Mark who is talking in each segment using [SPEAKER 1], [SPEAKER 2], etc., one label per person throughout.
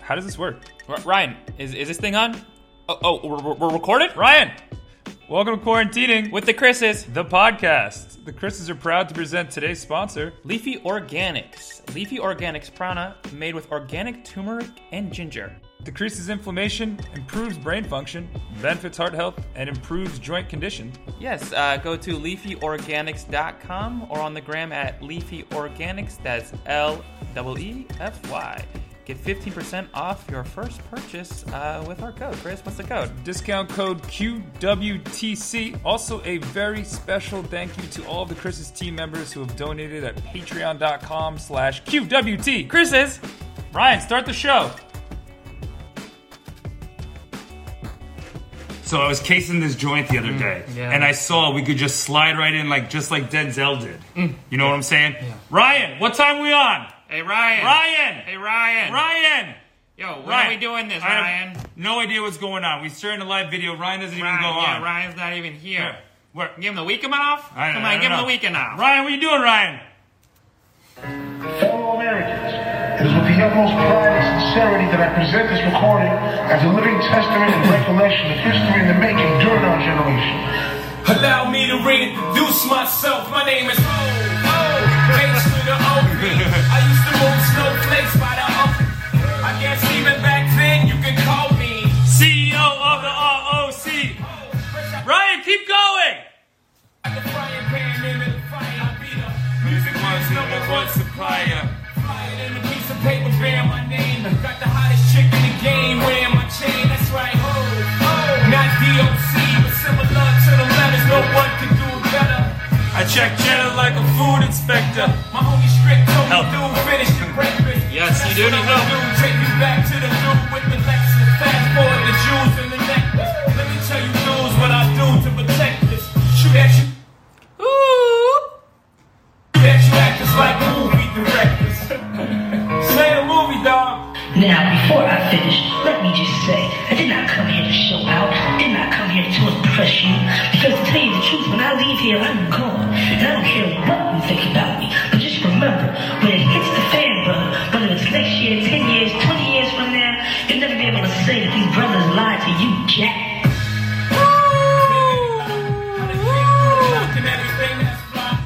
[SPEAKER 1] How does this work?
[SPEAKER 2] R- Ryan, is, is this thing on? Oh, oh we're, we're- we're recorded? Ryan,
[SPEAKER 1] Welcome to Quarantining with
[SPEAKER 2] with the Chris's,
[SPEAKER 1] the podcast. The Chris's are proud to present today's sponsor.
[SPEAKER 2] Leafy Organics. Leafy Organics Prana, made with organic turmeric and ginger.
[SPEAKER 1] Decreases inflammation, improves brain function, benefits heart health, and improves joint condition.
[SPEAKER 2] Yes, uh, go to leafyorganics.com or on the gram at leafyorganics. That's L E E F Y. Get 15% off your first purchase uh, with our code. Chris, what's the code?
[SPEAKER 1] Discount code QWTC. Also, a very special thank you to all of the Chris's team members who have donated at patreon.com slash QWT.
[SPEAKER 2] Chris's!
[SPEAKER 1] Ryan, start the show.
[SPEAKER 3] So I was casing this joint the other
[SPEAKER 4] Mm,
[SPEAKER 3] day,
[SPEAKER 2] yeah.
[SPEAKER 3] and I saw we could just slide right in, like just like Denzel did.
[SPEAKER 4] Mm.
[SPEAKER 3] You know what I'm saying? Ryan, what time we on?
[SPEAKER 4] Hey Ryan.
[SPEAKER 3] Ryan,
[SPEAKER 4] Hey Ryan.
[SPEAKER 3] Ryan.
[SPEAKER 4] Yo, when
[SPEAKER 3] Ryan.
[SPEAKER 4] are we doing this,
[SPEAKER 3] I have
[SPEAKER 4] Ryan?
[SPEAKER 3] No idea what's going on. We started a live video. Ryan doesn't
[SPEAKER 4] Ryan,
[SPEAKER 3] even go
[SPEAKER 4] yeah,
[SPEAKER 3] on.
[SPEAKER 4] Ryan's not even here.
[SPEAKER 3] Yeah. Where-
[SPEAKER 4] Give him the weekend off.
[SPEAKER 3] I-
[SPEAKER 4] Come
[SPEAKER 3] I don't
[SPEAKER 4] on, give him
[SPEAKER 3] know.
[SPEAKER 4] the weekend off.
[SPEAKER 3] Ryan, what are you doing, Ryan?
[SPEAKER 5] fellow Americans, it is with the utmost pride and sincerity that I present this recording as a living testament and recollection of history in the making during our generation.
[SPEAKER 6] Allow me to reintroduce myself. My name is O. O. H to the O. B. I used to move snowflakes by the O. I guess even back then you could call me. E
[SPEAKER 3] CEO of the ROC. Ryan, keep going.
[SPEAKER 6] Like a frying pan into the fire. I beat up. Music
[SPEAKER 3] was number one supplier.
[SPEAKER 6] Flyer than a piece of paper bearing my name. Got the hottest chick in the game wearing my chain. That's right. Ho, ho. Not DOC, but similar to the letters. No one could do it better.
[SPEAKER 3] I check Jenna like a food inspector.
[SPEAKER 6] My homie strict told me
[SPEAKER 3] Help.
[SPEAKER 6] dude finish the breakfast.
[SPEAKER 4] Yes,
[SPEAKER 6] That's
[SPEAKER 4] you do
[SPEAKER 6] what
[SPEAKER 4] need
[SPEAKER 6] I'ma
[SPEAKER 4] help.
[SPEAKER 6] do, Take you back to the loop with the Lexus. Fast forward the jewels and the necklace. Let me tell you dudes what I do to protect this. Shoot at you. Ooh. Shoot at you actors like movie directors. Say the movie, dog.
[SPEAKER 7] Now, before I finish, let me just say, I did not come here to show out. Did not come here to impress you. Because to tell you the truth, when I leave here, I'm gone. And I don't care what you think about me. But just remember, when it hits the fan, brother, whether it's next year, 10 years, 20 years from now, you'll never be able to say that these brothers lied to you, Jack.
[SPEAKER 6] How they feel, knocking everything that's fly.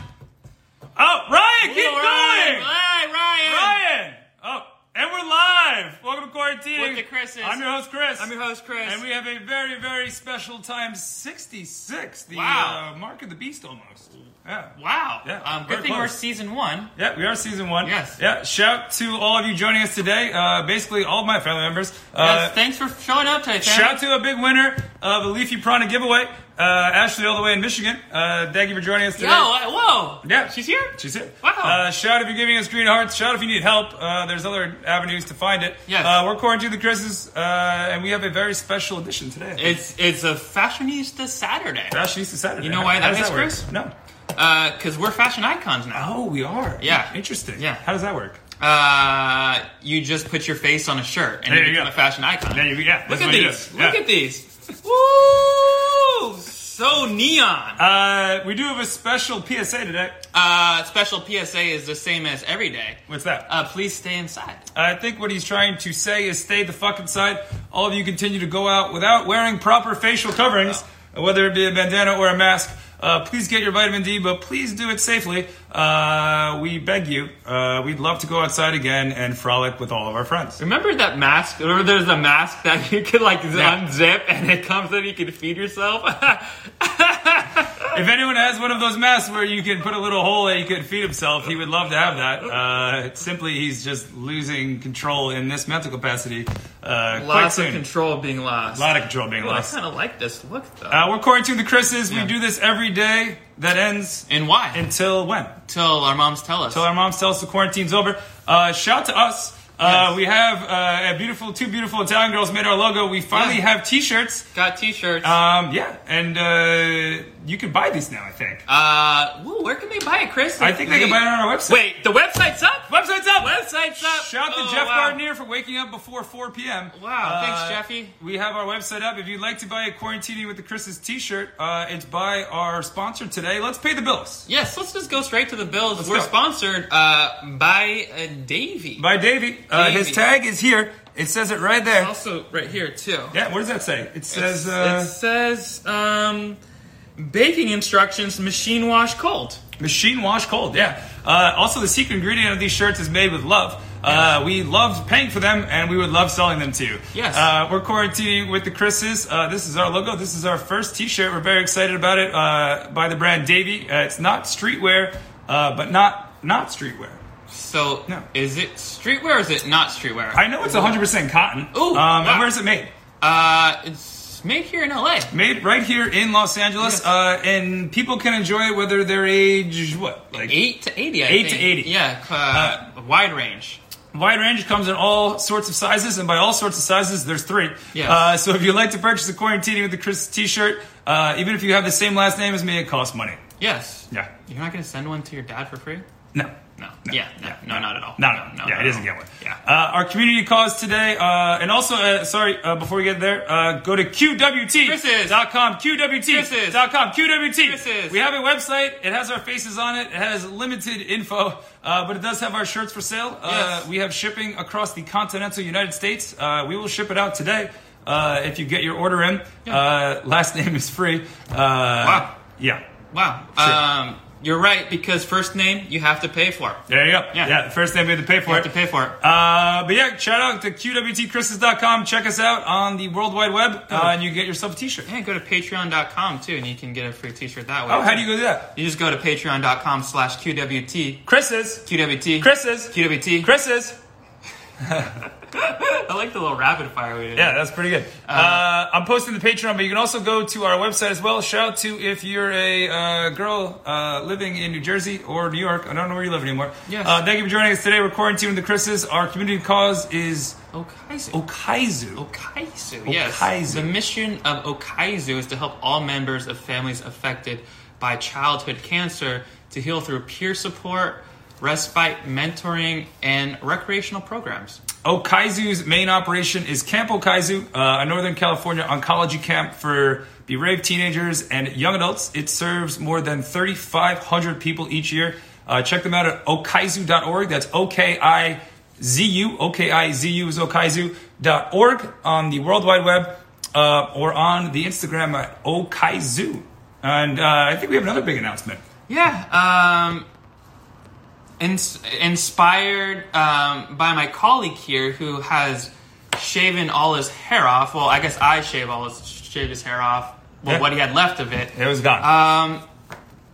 [SPEAKER 3] Oh, Ryan, keep
[SPEAKER 4] Yo, Ryan.
[SPEAKER 3] going.
[SPEAKER 4] Hey Ryan.
[SPEAKER 3] Ryan! Oh, and we're live! Welcome to Quarantine.
[SPEAKER 4] With the Chris's.
[SPEAKER 3] I'm your host, Chris.
[SPEAKER 4] I'm your host Chris.
[SPEAKER 3] And we have a very, very special time 66. The
[SPEAKER 4] Wow.
[SPEAKER 3] uh, Mark of the Beast almost. Yeah.
[SPEAKER 4] wow.
[SPEAKER 3] Yeah,
[SPEAKER 4] um,
[SPEAKER 3] very
[SPEAKER 4] good thing we're
[SPEAKER 3] close.
[SPEAKER 4] season one.
[SPEAKER 3] Yeah, we are season one.
[SPEAKER 4] Yes.
[SPEAKER 3] Yeah, shout to all of you joining us today. Uh, basically, all of my family members. Uh,
[SPEAKER 4] yes, thanks for showing up today, fam.
[SPEAKER 3] Shout to a big winner of a Leafy Prana giveaway, uh, Ashley, all the way in Michigan. Uh, thank you for joining us today.
[SPEAKER 4] Yo, uh, whoa.
[SPEAKER 3] Yeah,
[SPEAKER 4] She's here?
[SPEAKER 3] She's here.
[SPEAKER 4] Wow.
[SPEAKER 3] Uh, shout if you're giving us green hearts. Shout if you need help. Uh, there's other avenues to find it.
[SPEAKER 4] Yes.
[SPEAKER 3] Uh, we're quarantined the Chris's, uh, and we have a very special edition today.
[SPEAKER 4] It's it's a fashionista Saturday.
[SPEAKER 3] Fashionista Saturday.
[SPEAKER 4] You know why
[SPEAKER 3] How
[SPEAKER 4] that
[SPEAKER 3] does
[SPEAKER 4] is,
[SPEAKER 3] work?
[SPEAKER 4] Chris?
[SPEAKER 3] No.
[SPEAKER 4] Uh, cause we're fashion icons now.
[SPEAKER 3] Oh, we are.
[SPEAKER 4] Yeah.
[SPEAKER 3] Interesting.
[SPEAKER 4] Yeah.
[SPEAKER 3] How does that work?
[SPEAKER 4] Uh, you just put your face on a shirt and
[SPEAKER 3] There
[SPEAKER 4] you,
[SPEAKER 3] you
[SPEAKER 4] become
[SPEAKER 3] go.
[SPEAKER 4] a fashion icon.
[SPEAKER 3] There you go. Yeah.
[SPEAKER 4] Look
[SPEAKER 3] that's
[SPEAKER 4] at
[SPEAKER 3] what you
[SPEAKER 4] these.
[SPEAKER 3] do.
[SPEAKER 4] Look
[SPEAKER 3] Yeah.
[SPEAKER 4] at these. Woo! So neon.
[SPEAKER 3] Uh, we do have a special PSA today.
[SPEAKER 4] Uh, special PSA is the same as every day.
[SPEAKER 3] What's that?
[SPEAKER 4] Uh, please stay inside.
[SPEAKER 3] I think what he's trying to say is stay the fuck inside. All of you continue to go out without wearing proper facial coverings, whether it be a bandana or a mask. Uh, please get your vitamin D, but please do it safely. Uh, we beg you. Uh, we'd love to go outside again and frolic with all of our friends.
[SPEAKER 4] Remember that mask? Remember there's a mask that you could like
[SPEAKER 3] Yeah.
[SPEAKER 4] unzip and it comes and you can feed yourself?
[SPEAKER 3] If anyone has one of those masks where you can put a little hole that he could feed himself, he would love to have that. Uh, simply, he's just losing control in this mental capacity uh, quite
[SPEAKER 4] Lots of
[SPEAKER 3] soon.
[SPEAKER 4] control being lost.
[SPEAKER 3] A lot of control being
[SPEAKER 4] Ooh, I
[SPEAKER 3] lost.
[SPEAKER 4] kind of like this look though.
[SPEAKER 3] Uh, we're quarantined the Chris's.
[SPEAKER 4] Yeah.
[SPEAKER 3] We do this every day. That ends
[SPEAKER 4] and why?
[SPEAKER 3] until when?
[SPEAKER 4] Until our moms tell us.
[SPEAKER 3] Until our moms tell us the quarantine's over. Uh, shout to us. Uh,
[SPEAKER 4] Yes.
[SPEAKER 3] We have uh, a beautiful, two beautiful Italian girls made our logo. We finally
[SPEAKER 4] Yeah.
[SPEAKER 3] have T-shirts.
[SPEAKER 4] Got t-shirts.
[SPEAKER 3] Um, yeah, and uh, you can buy these now. I think.
[SPEAKER 4] Uh, woo, where can they buy it, Chris?
[SPEAKER 3] I think they can buy it on our website.
[SPEAKER 4] Wait, the website's up.
[SPEAKER 3] website's up.
[SPEAKER 4] Website's up.
[SPEAKER 3] Shout to
[SPEAKER 4] Oh,
[SPEAKER 3] Jeff
[SPEAKER 4] wow.
[SPEAKER 3] Gardner for waking up before 4 p.m.
[SPEAKER 4] Wow, thanks, Jeffy.
[SPEAKER 3] Uh, We have our website up. If you'd like to buy a quarantining with the Chris's T-shirt, uh, it's by our sponsor today. Let's pay the bills.
[SPEAKER 4] Yes, let's just go straight to the bills.
[SPEAKER 3] Let's
[SPEAKER 4] We're
[SPEAKER 3] go.
[SPEAKER 4] sponsored uh, by uh, Davey.
[SPEAKER 3] by Davey. Uh,
[SPEAKER 4] Davey.
[SPEAKER 3] his tag is here. It says it right there.
[SPEAKER 2] Also, right here too.
[SPEAKER 3] Yeah, what does that say? It says
[SPEAKER 2] it
[SPEAKER 3] uh,
[SPEAKER 2] says um, baking instructions: machine wash cold.
[SPEAKER 3] machine wash cold. Yeah. Uh, also, the secret ingredient of these shirts is made with love. Uh, we loved paying for them, and we would love selling them to you.
[SPEAKER 4] Yes.
[SPEAKER 3] Uh, we're quarantining with the Chris's. Uh, this is our logo. This is our first T-shirt. We're very excited about it. Uh, by the brand Davy. Uh, it's not streetwear, uh, but not not streetwear.
[SPEAKER 4] So,
[SPEAKER 3] No.
[SPEAKER 4] is it streetwear or is it not streetwear?
[SPEAKER 3] I know it's 100% cotton.
[SPEAKER 4] Ooh,
[SPEAKER 3] um, and
[SPEAKER 4] wow.
[SPEAKER 3] where is it made?
[SPEAKER 4] uh, it's made here in LA.
[SPEAKER 3] Made right here in Los Angeles,
[SPEAKER 4] Yes.
[SPEAKER 3] uh, and people can enjoy it whether they're age what like
[SPEAKER 4] Eight to eighty. I
[SPEAKER 3] Eight to
[SPEAKER 4] think.
[SPEAKER 3] 80.
[SPEAKER 4] Yeah, uh, wide range.
[SPEAKER 3] Wide range comes in all sorts of sizes, and by all sorts of sizes, there's three.
[SPEAKER 4] Yes.
[SPEAKER 3] Uh, so if you'd like to purchase a Quarantining with the Chris t-shirt, uh, even if you have the same last name as me, it costs money.
[SPEAKER 4] Yes.
[SPEAKER 3] Yeah.
[SPEAKER 4] You're not gonna send one to your dad for free?
[SPEAKER 3] No.
[SPEAKER 4] No. yeah. No. no, Not at all.
[SPEAKER 3] No, no, no. Yeah,
[SPEAKER 4] not
[SPEAKER 3] he
[SPEAKER 4] at
[SPEAKER 3] doesn't
[SPEAKER 4] all.
[SPEAKER 3] get one.
[SPEAKER 4] Yeah.
[SPEAKER 3] Uh, our community cause today, uh, and also, uh, sorry, uh, before we get there, uh, go to
[SPEAKER 4] Chris's.
[SPEAKER 3] QWT.com. QWT.
[SPEAKER 4] Chris's.
[SPEAKER 3] dot com. QWT.
[SPEAKER 4] Chris's.
[SPEAKER 3] We have a website. It has our faces on it. It has limited info, uh, but it does have our shirts for sale. Uh,
[SPEAKER 4] Yes.
[SPEAKER 3] We have shipping across the continental United States. Uh, we will ship it out today. Uh, if you get your order in, uh, last name is free. Uh, wow. Yeah.
[SPEAKER 4] Wow.
[SPEAKER 3] Sure.
[SPEAKER 4] Um, you're right because first name you have to pay for.
[SPEAKER 3] There you go.
[SPEAKER 4] Yeah.
[SPEAKER 3] yeah first name we had to pay for
[SPEAKER 4] You
[SPEAKER 3] it.
[SPEAKER 4] have to pay for it.
[SPEAKER 3] Uh, but yeah, shout out to qwtchrises.com. Check us out on the World Wide Web, uh, and you get yourself a t-shirt.
[SPEAKER 4] And go to patreon.com too, and you can get a free t-shirt that way.
[SPEAKER 3] Oh, how do you go do that?
[SPEAKER 4] You just go to patreon.com slash QWT.
[SPEAKER 3] Chris's.
[SPEAKER 4] QWT.
[SPEAKER 3] Chris's.
[SPEAKER 4] QWT.
[SPEAKER 3] Chris's.
[SPEAKER 4] I like the little rapid fire we did.
[SPEAKER 3] Yeah, that's pretty good. Uh, I'm posting the Patreon, but you can also go to our website as well. Shout out to if you're a uh, girl uh, living in New Jersey or New York. I don't know where you live anymore.
[SPEAKER 4] Yes.
[SPEAKER 3] Uh, thank you for joining us today. We're quarantining the Chris's. Our community cause is
[SPEAKER 4] Okaizu.
[SPEAKER 3] Okaizu.
[SPEAKER 4] Okaizu, yes.
[SPEAKER 3] Okaizu.
[SPEAKER 4] The mission of Okaizu is to help all members of families affected by childhood cancer to heal through peer support, respite, mentoring, and recreational programs.
[SPEAKER 3] Okaizu's main operation is Camp Okaizu, uh, a Northern California oncology camp for bereaved teenagers and young adults. It serves more than 3,500 people each year. Uh, check them out at okaizu.org. That's O K I Z U. O K I Z U is okaizu.org on the World Wide Web uh, or on the Instagram at okaizu. And uh, I think we have another big announcement.
[SPEAKER 4] Yeah. Um, ins- inspired um, by my colleague here who has shaven all his hair off. Well, I guess I shave all his shaved his hair off. Well,
[SPEAKER 3] Yeah.
[SPEAKER 4] what he had left of it.
[SPEAKER 3] It was gone.
[SPEAKER 4] Um,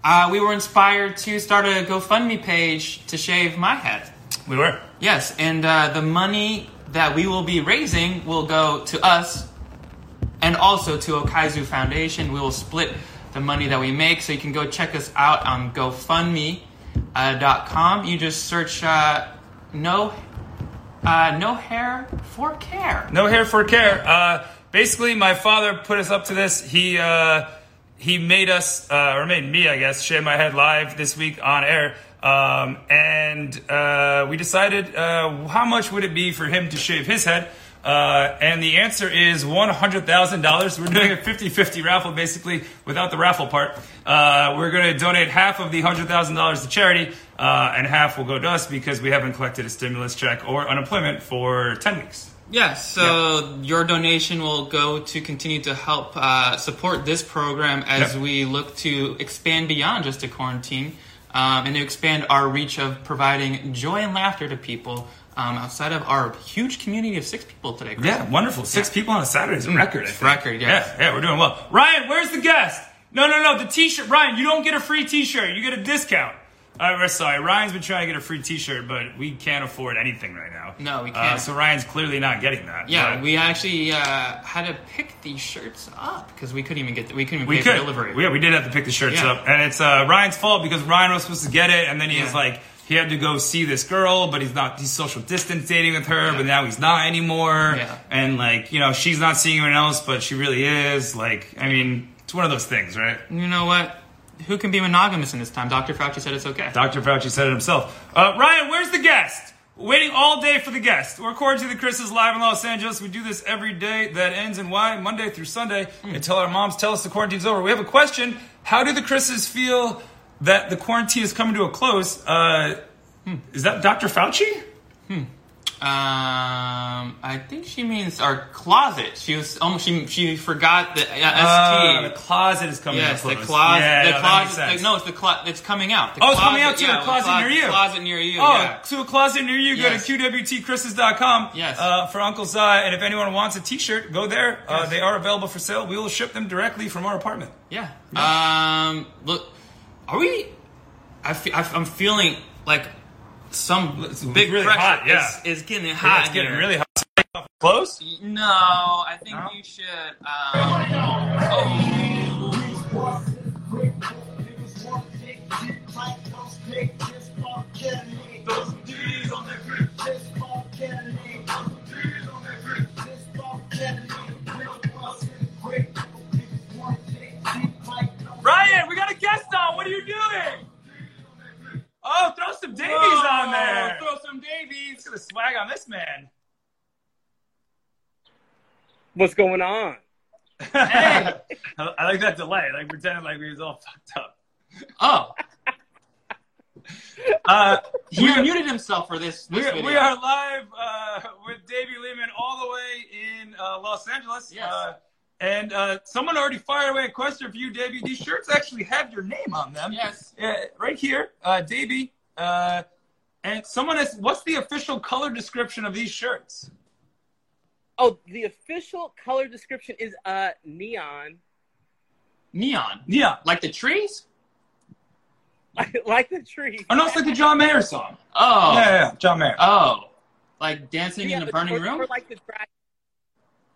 [SPEAKER 4] uh, we were inspired to start a GoFundMe page to shave my head.
[SPEAKER 3] we were.
[SPEAKER 4] Yes, and uh, the money that we will be raising will go to us and also to Okaizu Foundation. We will split the money that we make, so you can go check us out on GoFundMe.com. You just search uh, no, uh, no hair for care.
[SPEAKER 3] No hair for care. Uh, basically, my father put us up to this. He uh, he made us, uh, or made me, I guess, shave my head live this week on air. Um, and uh, we decided uh, how much would it be for him to shave his head? Uh, and the answer is $100,000. We're doing a 50 50 raffle, basically, without the raffle part. Uh, we're going to donate half of the $100,000 to charity, uh, and half will go to us because we haven't collected a stimulus check or unemployment for 10 weeks.
[SPEAKER 4] Yes, so your donation will go to continue to help uh, support this program as
[SPEAKER 3] Yep.
[SPEAKER 4] we look to expand beyond just a quarantine um, and to expand our reach of providing joy and laughter to people um, outside of our huge community of six people today. Chris.
[SPEAKER 3] Yeah, wonderful. Six people on a Saturday is a record. I think.
[SPEAKER 4] Mm. record, yes.
[SPEAKER 3] Yeah, yeah, we're doing well. Ryan, where's the guest? No, no, no. The T-shirt, Ryan. You don't get a free T-shirt. You get a discount. Uh, we're sorry, Ryan's been trying to get a free T-shirt, but we can't afford anything right now.
[SPEAKER 4] No, we
[SPEAKER 3] Uh,
[SPEAKER 4] can't.
[SPEAKER 3] so Ryan's clearly not getting that.
[SPEAKER 4] Yeah,
[SPEAKER 3] but
[SPEAKER 4] we actually uh, had to pick these shirts up because we couldn't even get we couldn't even
[SPEAKER 3] we
[SPEAKER 4] pay
[SPEAKER 3] could.
[SPEAKER 4] for delivery.
[SPEAKER 3] Yeah, we did have to pick the shirts
[SPEAKER 4] Yeah.
[SPEAKER 3] up, and it's uh, Ryan's fault because Ryan was supposed to get it, and then he was
[SPEAKER 4] Yeah.
[SPEAKER 3] like. He had to go see this girl, but he's not. He's social distancing with her, but now he's not anymore.
[SPEAKER 4] Yeah.
[SPEAKER 3] And like, you know, she's not seeing anyone else, but she really is. Like, I mean, it's one of those things, right?
[SPEAKER 4] you know what? Who can be monogamous in this time? Dr. Fauci said it's okay.
[SPEAKER 3] Dr. Fauci said it himself. Uh, Ryan, where's the guest? Waiting all day for the guest. We're Quarantine the Chris's live in Los Angeles. We do this every day that ends in Y, Monday through Sunday,
[SPEAKER 4] Hmm.
[SPEAKER 3] until our moms tell us the quarantine's over. We have a question. How do the Chris's feel
[SPEAKER 4] Hmm.
[SPEAKER 3] that the quarantine is coming to a close? Uh, Is that Dr. Fauci?
[SPEAKER 4] Um, I think she means our closet. She was almost she she forgot the uh, st.
[SPEAKER 3] Uh, the closet is coming
[SPEAKER 4] yes,
[SPEAKER 3] up.
[SPEAKER 4] the closet.
[SPEAKER 3] Yeah, no,
[SPEAKER 4] the
[SPEAKER 3] that makes
[SPEAKER 4] closet.
[SPEAKER 3] sense.
[SPEAKER 4] no, it's the closet. It's coming out. The
[SPEAKER 3] Oh, it's coming out, too.
[SPEAKER 4] yeah,
[SPEAKER 3] The
[SPEAKER 4] the
[SPEAKER 3] closet near you.
[SPEAKER 4] Closet near you.
[SPEAKER 3] Oh,
[SPEAKER 4] yeah.
[SPEAKER 3] to a closet near you, go
[SPEAKER 4] Yes.
[SPEAKER 3] to qwtchrises.com
[SPEAKER 4] Yes.
[SPEAKER 3] uh, for Uncle Zai. And if anyone wants a t shirt, go there. Uh,
[SPEAKER 4] Yes.
[SPEAKER 3] they are available for sale. We will ship them directly from our apartment.
[SPEAKER 4] Yeah. Um. Look, are we? I fe- I, am feeling like some
[SPEAKER 3] It's
[SPEAKER 4] big
[SPEAKER 3] really
[SPEAKER 4] pressure
[SPEAKER 3] hot, yeah.
[SPEAKER 4] is- is, getting hot.
[SPEAKER 3] it's getting
[SPEAKER 4] here.
[SPEAKER 3] really hot. Close?
[SPEAKER 4] No, I think you should. Um, oh,
[SPEAKER 3] Ryan, we got a guest on. What are you doing? Oh, throw some Davies
[SPEAKER 4] Oh,
[SPEAKER 3] on there. Throw some Davies. Look at the swag on this man.
[SPEAKER 8] What's going on?
[SPEAKER 3] Hey. I, I like that delay. Like pretending like we was all fucked up.
[SPEAKER 4] oh,
[SPEAKER 3] Uh,
[SPEAKER 4] he
[SPEAKER 3] we're-
[SPEAKER 4] muted himself for this. this
[SPEAKER 3] we're,
[SPEAKER 4] video.
[SPEAKER 3] we are live uh, with Davey Lehman all the way in uh, Los Angeles.
[SPEAKER 4] Yes.
[SPEAKER 3] Uh, and uh, someone already fired away a question for you, Davey. These shirts actually have your name on them.
[SPEAKER 4] Yes.
[SPEAKER 3] uh, right here, uh, Davey. Uh, and someone has, what's the official color description of these shirts?
[SPEAKER 8] Oh, the official color description is uh neon,
[SPEAKER 4] Neon,
[SPEAKER 3] Yeah.
[SPEAKER 4] like the trees.
[SPEAKER 8] like the tree.
[SPEAKER 3] Oh, no, it's like the John Mayer song.
[SPEAKER 4] Oh.
[SPEAKER 3] Yeah, yeah, yeah, John Mayer.
[SPEAKER 4] Oh, like dancing in a
[SPEAKER 8] but
[SPEAKER 4] burning
[SPEAKER 8] for-
[SPEAKER 4] room.
[SPEAKER 8] for, like the drag-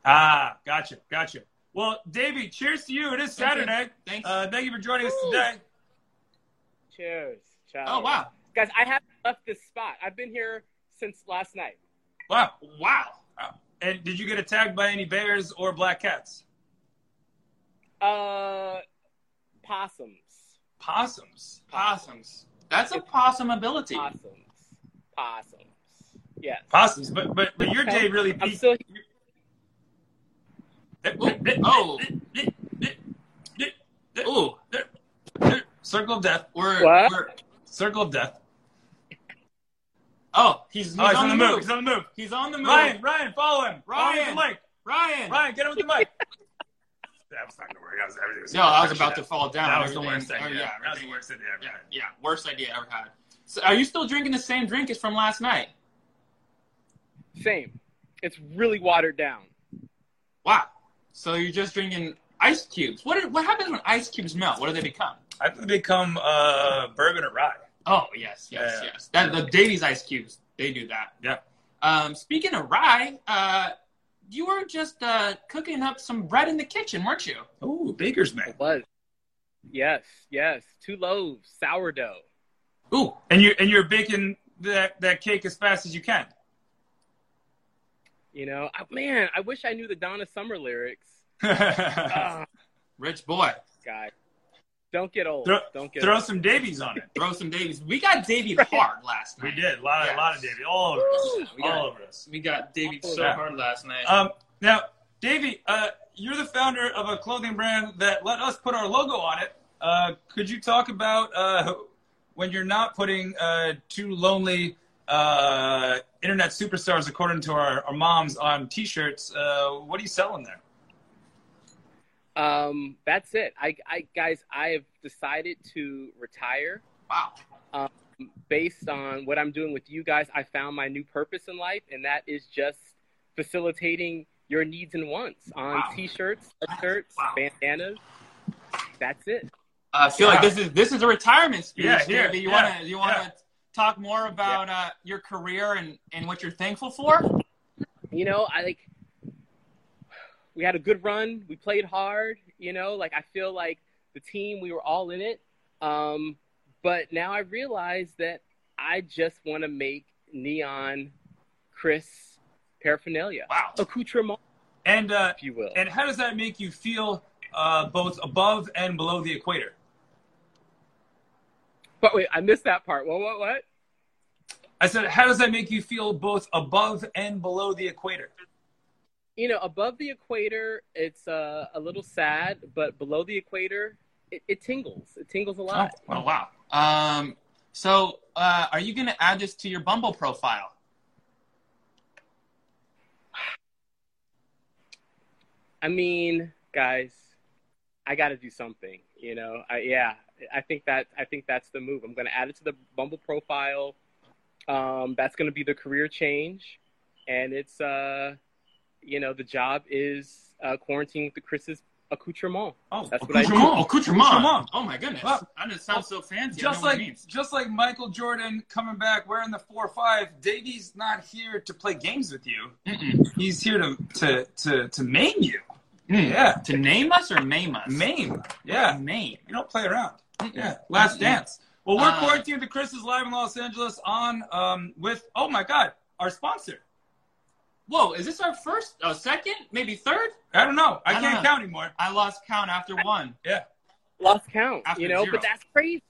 [SPEAKER 3] Ah, gotcha, gotcha. Well, Davey, cheers to you. It is
[SPEAKER 4] Thank you.
[SPEAKER 3] Saturday.
[SPEAKER 4] Thanks.
[SPEAKER 3] Uh, thank you for joining us today.
[SPEAKER 8] Cheers. Cheers.
[SPEAKER 4] oh wow,
[SPEAKER 8] Guys, I haven't left this spot. I've been here since last night.
[SPEAKER 3] Wow.
[SPEAKER 4] wow.
[SPEAKER 3] And did you get attacked by any bears or black cats?
[SPEAKER 8] Uh, possums.
[SPEAKER 3] Possums.
[SPEAKER 4] Possums. That's a possum ability.
[SPEAKER 8] Possums. Possums. Yes.
[SPEAKER 3] Possums. But but but your day really
[SPEAKER 8] I'm
[SPEAKER 3] peaked.
[SPEAKER 8] still
[SPEAKER 4] Oh, ooh,
[SPEAKER 3] Circle of death.
[SPEAKER 4] we're,
[SPEAKER 8] What?
[SPEAKER 4] we're
[SPEAKER 3] Circle of death.
[SPEAKER 4] oh, he's, he's
[SPEAKER 3] Oh, he's
[SPEAKER 4] on, the move.
[SPEAKER 3] He's on the move.
[SPEAKER 4] He's on the move.
[SPEAKER 3] Ryan, Ryan, follow him. Follow him
[SPEAKER 4] Ryan.
[SPEAKER 3] with the mic.
[SPEAKER 4] Ryan.
[SPEAKER 3] Ryan, get him with the mic. that was not gonna work. That was everything.
[SPEAKER 4] No, I was about to fall down.
[SPEAKER 3] That was the
[SPEAKER 4] Everything-
[SPEAKER 3] worst
[SPEAKER 4] oh,
[SPEAKER 3] idea.
[SPEAKER 4] yeah,
[SPEAKER 3] that was the
[SPEAKER 4] everything-
[SPEAKER 3] worst idea. I've
[SPEAKER 4] Yeah,
[SPEAKER 3] had.
[SPEAKER 4] yeah, worst idea I ever had. So, are you still drinking the same drink as from last night?
[SPEAKER 8] same. It's really watered down.
[SPEAKER 4] Wow. So you're just drinking ice cubes. What did, what happens when ice cubes melt? What do they become?
[SPEAKER 3] I think they become uh, bourbon or rye.
[SPEAKER 4] Oh yes, yes,
[SPEAKER 3] Yeah.
[SPEAKER 4] yes. That the Davies ice cubes. They do that.
[SPEAKER 3] Yeah.
[SPEAKER 4] Um, speaking of rye, uh, you were just uh, cooking up some bread in the kitchen, weren't you?
[SPEAKER 3] Ooh, baker's man.
[SPEAKER 8] It was. Yes. Yes. Two loaves. Sourdough.
[SPEAKER 4] Ooh.
[SPEAKER 3] And you and you're baking that that cake as fast as you can.
[SPEAKER 8] You know, I, man, I wish I knew the Donna Summer lyrics. Ah,
[SPEAKER 4] Rich boy.
[SPEAKER 8] guy. Don't get old.
[SPEAKER 3] Throw-
[SPEAKER 8] Don't get
[SPEAKER 3] Throw
[SPEAKER 8] old.
[SPEAKER 3] some Davies on it.
[SPEAKER 4] Throw some Davies. We got Davy hard last
[SPEAKER 3] We
[SPEAKER 4] night.
[SPEAKER 3] did a lot, a lot of Davy, all over us,
[SPEAKER 4] We got-
[SPEAKER 3] all over us.
[SPEAKER 4] We got Davy so
[SPEAKER 3] Oh, Yeah.
[SPEAKER 4] hard last night.
[SPEAKER 3] Um, now, Davy, uh, you're the founder of a clothing brand that let us put our logo on it. Uh, could you talk about uh, when you're not putting uh, two lonely uh, internet superstars, according to our, our moms, on T-shirts? Uh, what are you selling there?
[SPEAKER 8] Um, that's it. I, I, guys, I have decided to retire Um,
[SPEAKER 4] wow.
[SPEAKER 8] based on what I'm doing with you guys. I found my new purpose in life, and that is just facilitating your needs and wants on
[SPEAKER 4] Wow.
[SPEAKER 8] t-shirts, shirts,
[SPEAKER 4] Wow.
[SPEAKER 8] bandanas. That's it.
[SPEAKER 4] I feel like
[SPEAKER 3] Yeah.
[SPEAKER 4] this is this is a retirement speech.
[SPEAKER 3] Yeah, here,
[SPEAKER 4] Davey. You
[SPEAKER 3] yeah,
[SPEAKER 4] want to you want to talk more about uh, your career and, and what you're thankful for?
[SPEAKER 8] You know, I like. We had a good run. We played hard. You know, like I feel like the team we were all in it. Um, but now I realize that I just want to make neon, Chris paraphernalia.
[SPEAKER 4] Wow.
[SPEAKER 8] accoutrement,
[SPEAKER 3] And uh,
[SPEAKER 8] if you will.
[SPEAKER 3] and how does that make you feel, uh, both above and below the equator?
[SPEAKER 8] but wait, I missed that part. What? What? What?
[SPEAKER 3] I said, how does that make you feel, both above and below the equator?
[SPEAKER 8] You know, above the equator, it's uh, a little sad, but below the equator, it, it tingles. It tingles a lot.
[SPEAKER 4] Oh wow. Um. So, uh, are you gonna add this to your Bumble profile?
[SPEAKER 8] I mean, guys, I got to do something. You know, I, yeah, I think that I think that's the move. I'm going to add it to the Bumble profile. Um, that's going to be the career change, and it's uh, you know, the job is uh, quarantining the Chris's accoutrement.
[SPEAKER 3] Oh,
[SPEAKER 8] That's what I do.
[SPEAKER 4] Accoutrement. Accoutrement.
[SPEAKER 3] Accoutrement.
[SPEAKER 4] Oh my goodness.
[SPEAKER 3] Well,
[SPEAKER 4] I just sounds so fancy. I
[SPEAKER 3] Just
[SPEAKER 4] know what it
[SPEAKER 3] like
[SPEAKER 4] means.
[SPEAKER 3] just like Michael Jordan coming back wearing the four five, Davey's not here to play games with you.
[SPEAKER 4] Mm-mm.
[SPEAKER 3] He's here to to to, to maim you.
[SPEAKER 4] Mm.
[SPEAKER 3] Yeah,
[SPEAKER 4] to name us or maim us?
[SPEAKER 3] maim. Yeah,
[SPEAKER 4] Maim.
[SPEAKER 3] you don't play around. Yeah, Last Dance. Well, we're
[SPEAKER 4] Uh,
[SPEAKER 3] quarantined. The Chris is live in Los Angeles on um with oh my god, our sponsor.
[SPEAKER 4] Whoa, is this our first, oh, second, maybe third?
[SPEAKER 3] I don't know. I
[SPEAKER 4] I don't
[SPEAKER 3] can't
[SPEAKER 4] know.
[SPEAKER 3] count anymore.
[SPEAKER 4] I lost count after one.
[SPEAKER 8] Lost count,
[SPEAKER 4] After
[SPEAKER 8] you know,
[SPEAKER 4] zero.
[SPEAKER 8] but that's crazy.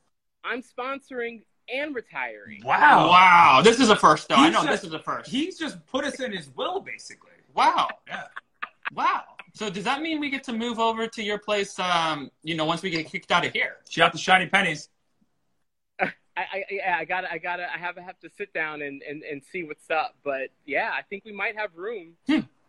[SPEAKER 8] I'm sponsoring and retiring.
[SPEAKER 3] Wow.
[SPEAKER 4] Wow, this is a first though. I
[SPEAKER 3] He's
[SPEAKER 4] know
[SPEAKER 3] just-
[SPEAKER 4] this is a first.
[SPEAKER 3] He's just put us in his will, basically.
[SPEAKER 4] wow.
[SPEAKER 3] Yeah.
[SPEAKER 4] Wow. So does that mean we get to move over to your place? Um, you know, once we get kicked out of here.
[SPEAKER 3] She out the shiny pennies.
[SPEAKER 8] I, I yeah, I gotta, I gotta, I have, I have to sit down and, and, and see what's up. But yeah, I think we might have room.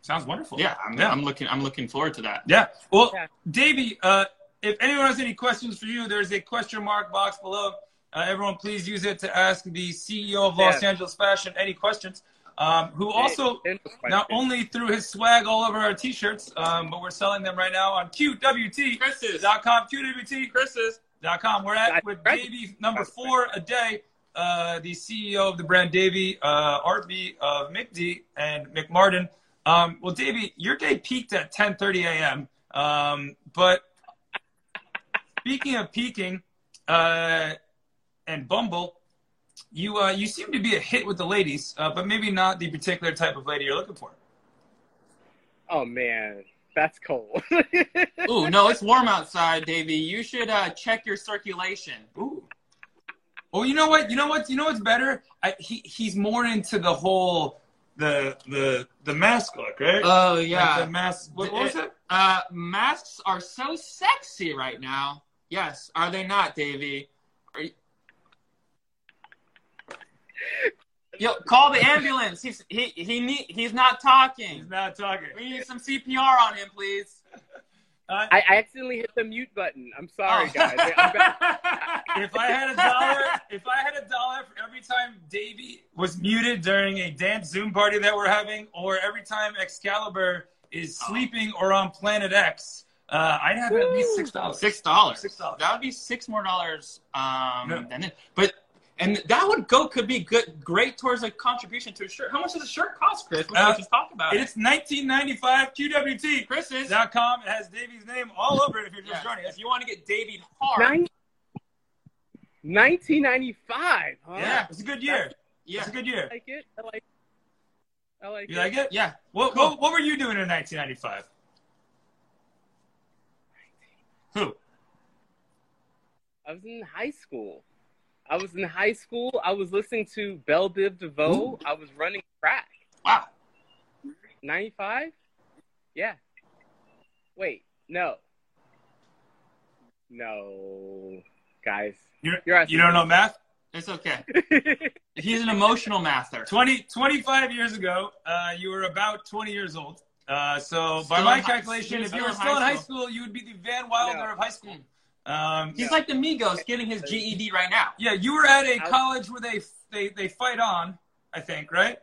[SPEAKER 3] Sounds wonderful.
[SPEAKER 4] Yeah, I'm,
[SPEAKER 3] Yeah.
[SPEAKER 4] I'm looking. I'm looking forward to that.
[SPEAKER 3] Yeah. Well,
[SPEAKER 8] Yeah.
[SPEAKER 3] Davey, uh, if anyone has any questions for you, there's a question mark box below. Uh, everyone, please use it to ask the CEO of Los
[SPEAKER 8] Yeah.
[SPEAKER 3] Angeles Fashion any questions. Um, who also
[SPEAKER 8] Hey, there's no
[SPEAKER 3] not
[SPEAKER 8] question.
[SPEAKER 3] only threw his swag all over our T-shirts, um, but we're selling them right now on QWT.
[SPEAKER 4] Chris's.
[SPEAKER 3] dot com QWT Chris's dot com. We're at
[SPEAKER 8] That's
[SPEAKER 3] with
[SPEAKER 8] right.
[SPEAKER 3] Davey number
[SPEAKER 8] That's
[SPEAKER 3] four a day. Uh, the CEO of the brand Davey, uh, RB of McD and McMartin. Um, well, Davey, your day peaked at 10:30 a.m. Um, but speaking of peaking, uh, and Bumble, you uh, you seem to be a hit with the ladies, uh, but maybe not the particular type of lady you're looking for.
[SPEAKER 8] oh man, that's cold.
[SPEAKER 4] Ooh, no, it's warm outside, Davey. You should uh, check your circulation.
[SPEAKER 3] Ooh. Well, you know what? You know what? You know what's better? I, he he's more into the whole the the the mask look, right?
[SPEAKER 4] Oh
[SPEAKER 3] Like
[SPEAKER 4] yeah.
[SPEAKER 3] the mask. What, what was it?
[SPEAKER 4] Uh, masks are so sexy right now. Yes, are they not, Davey? Are you... Yo, call the ambulance. He's he he need, he's not talking.
[SPEAKER 3] He's not talking.
[SPEAKER 4] We need some CPR on him, please.
[SPEAKER 8] I, I accidentally hit the mute button. I'm sorry,
[SPEAKER 4] Oh.
[SPEAKER 8] guys. I'm back.
[SPEAKER 3] If I had a dollar, if I had a dollar for every time Davey was muted during a dance Zoom party that we're having, or every time Excalibur is sleeping or on Planet X, uh, I'd have at least six dollars.
[SPEAKER 4] Six dollars.
[SPEAKER 3] Six dollars.
[SPEAKER 4] That would be six more dollars. Um,
[SPEAKER 3] No.
[SPEAKER 4] than it. but and that would go could be good, great towards a contribution to a shirt. How much does a shirt cost, Chris? We
[SPEAKER 3] Uh,
[SPEAKER 4] should just talk about it.
[SPEAKER 3] It's 1995 QWT.
[SPEAKER 4] Chris is.
[SPEAKER 3] dot com. It has Davey's name all over it if you're just
[SPEAKER 4] Yeah.
[SPEAKER 3] joining us.
[SPEAKER 4] If you want to get Davey hard,
[SPEAKER 8] Nine- 1995. Huh?
[SPEAKER 3] Yeah, it's a good year.
[SPEAKER 4] yeah,
[SPEAKER 3] It's a good year.
[SPEAKER 8] I like it. I like. I like
[SPEAKER 3] You
[SPEAKER 8] it.
[SPEAKER 3] like it?
[SPEAKER 4] yeah.
[SPEAKER 3] What, what, what were you doing in 1995? Who?
[SPEAKER 8] I was in high school. I was in high school. I was listening to Belle Biv DeVoe. I was running track.
[SPEAKER 4] Wow.
[SPEAKER 8] 95? Yeah. Wait, no. No. Guys.
[SPEAKER 3] You're-
[SPEAKER 8] You're
[SPEAKER 3] You don't know math?
[SPEAKER 4] It's okay.
[SPEAKER 8] asking-
[SPEAKER 4] He's an emotional mather.
[SPEAKER 3] 20, 25 years ago, uh, you were about 20 years old. Uh, so by
[SPEAKER 4] Still
[SPEAKER 3] my
[SPEAKER 4] in hi-
[SPEAKER 3] calculation, if
[SPEAKER 4] still
[SPEAKER 3] you were
[SPEAKER 4] in
[SPEAKER 3] still in
[SPEAKER 4] high
[SPEAKER 3] high school, you would be the Van Wilder
[SPEAKER 8] No.
[SPEAKER 3] of high school. Um,
[SPEAKER 4] He's like the Migos getting his GED right now.
[SPEAKER 3] yeah, you were at a
[SPEAKER 8] I-
[SPEAKER 3] college where they, they, they fight on, I think, right?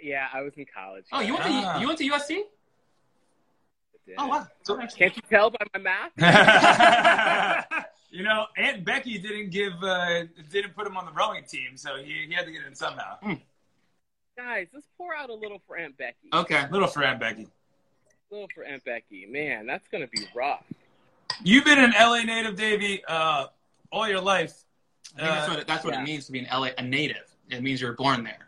[SPEAKER 8] yeah, I was in college.
[SPEAKER 4] Oh, you went to
[SPEAKER 3] Ah.
[SPEAKER 4] you went to USC?
[SPEAKER 8] Yeah.
[SPEAKER 4] Oh wow.
[SPEAKER 8] Can't you tell by my math?
[SPEAKER 3] you know, Aunt Becky didn't give, uh, didn't put him on the rowing team, so he, he had to get in somehow.
[SPEAKER 8] Guys, let's pour out a little for Aunt Becky.
[SPEAKER 4] Okay.
[SPEAKER 3] Little for Aunt Becky.
[SPEAKER 8] A little for Aunt Becky. Man, that's going to be rough.
[SPEAKER 3] You've been an LA native, Davey, uh, all your life.
[SPEAKER 4] I think that's
[SPEAKER 3] Uh,
[SPEAKER 4] what it, that's what
[SPEAKER 8] yeah.
[SPEAKER 4] it means to be an LA a native. It means you were born there.
[SPEAKER 3] Uh,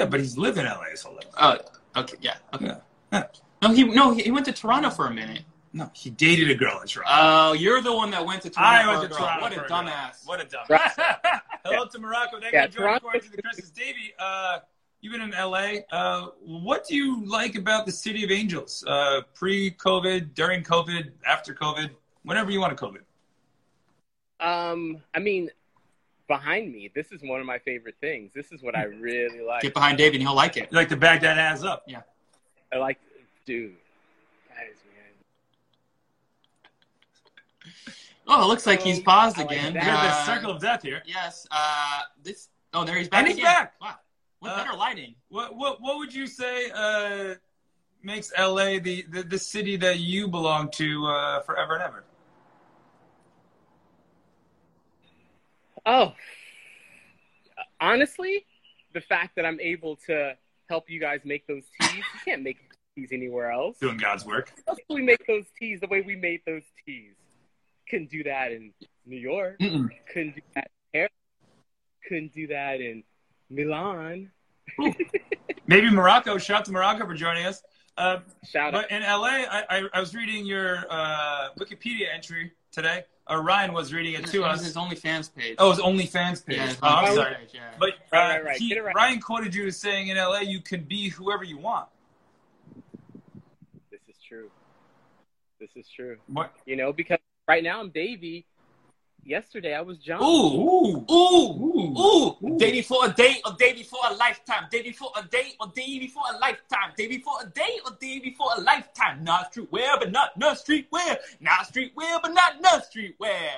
[SPEAKER 3] yeah, but he's lived in LA his whole life.
[SPEAKER 4] Oh, okay. Yeah. Okay.
[SPEAKER 3] Yeah.
[SPEAKER 4] No, he no he, he went to Toronto for a minute.
[SPEAKER 3] No, he dated a girl in Toronto.
[SPEAKER 4] Oh, you're the one that went to Toronto.
[SPEAKER 3] I
[SPEAKER 4] for
[SPEAKER 3] went
[SPEAKER 4] a
[SPEAKER 3] to
[SPEAKER 4] girl.
[SPEAKER 3] Toronto.
[SPEAKER 4] What a
[SPEAKER 3] for girl.
[SPEAKER 4] dumbass.
[SPEAKER 3] What a dumbass. Hello to Morocco. Thank
[SPEAKER 8] Yeah,
[SPEAKER 3] you for joining
[SPEAKER 8] Toronto-
[SPEAKER 3] Quarantine to the Christmas. Davey, uh, you've been in LA. Uh, what do you like about the City of Angels? Uh, Pre COVID, during COVID, after COVID, whenever you want to COVID.
[SPEAKER 8] Um, I mean, behind me, this is one of my favorite things. This is what I really like.
[SPEAKER 4] Get behind David and he'll like it.
[SPEAKER 3] You like to bag that ass up.
[SPEAKER 8] I like, dude, guys, man.
[SPEAKER 4] Oh, it looks like he's paused
[SPEAKER 8] I like
[SPEAKER 4] again.
[SPEAKER 8] that.
[SPEAKER 3] There's
[SPEAKER 4] Uh,
[SPEAKER 3] a circle of death here.
[SPEAKER 4] Yes. Uh, this. Oh, there he's back.
[SPEAKER 3] And he's
[SPEAKER 4] again.
[SPEAKER 3] back!
[SPEAKER 4] Wow. What
[SPEAKER 3] Uh,
[SPEAKER 4] better lighting?
[SPEAKER 3] What what what would you say uh, makes LA the, the the city that you belong to uh, forever and ever?
[SPEAKER 8] Oh, honestly, the fact that I'm able to help you guys make those teas, you can't make teas anywhere else.
[SPEAKER 3] Doing God's work.
[SPEAKER 8] Unless we make those teas the way we made those teas. Couldn't do that in New York.
[SPEAKER 3] Mm-mm.
[SPEAKER 8] Couldn't do that in Paris. Couldn't do that in Milan.
[SPEAKER 3] Maybe Morocco. Shout out to Morocco for joining us. Uh,
[SPEAKER 8] Shout out.
[SPEAKER 3] But in LA, I, I, I was reading your uh, Wikipedia entry today. Uh, Ryan was reading it to
[SPEAKER 4] It was
[SPEAKER 3] us.
[SPEAKER 4] his OnlyFans page.
[SPEAKER 3] Oh, his OnlyFans page.
[SPEAKER 4] yeah, his
[SPEAKER 3] oh, I'm
[SPEAKER 4] OnlyFans
[SPEAKER 3] sorry.
[SPEAKER 4] page, yeah.
[SPEAKER 3] But uh,
[SPEAKER 8] Right, right, right.
[SPEAKER 3] he-
[SPEAKER 8] Get it right.
[SPEAKER 3] Ryan quoted you as saying in LA, you can be whoever you want.
[SPEAKER 8] This is true. This is true.
[SPEAKER 3] What?
[SPEAKER 8] You know, because right now I'm Davy. Yesterday I was John.
[SPEAKER 4] Ooh. Ooh. Ooh.
[SPEAKER 3] Ooh.
[SPEAKER 4] Day before a day, or day before a lifetime. Day before a day, or day before a lifetime. Day before a day, or day before a lifetime. Not streetwear, but not not streetwear. Not streetwear, but not not streetwear.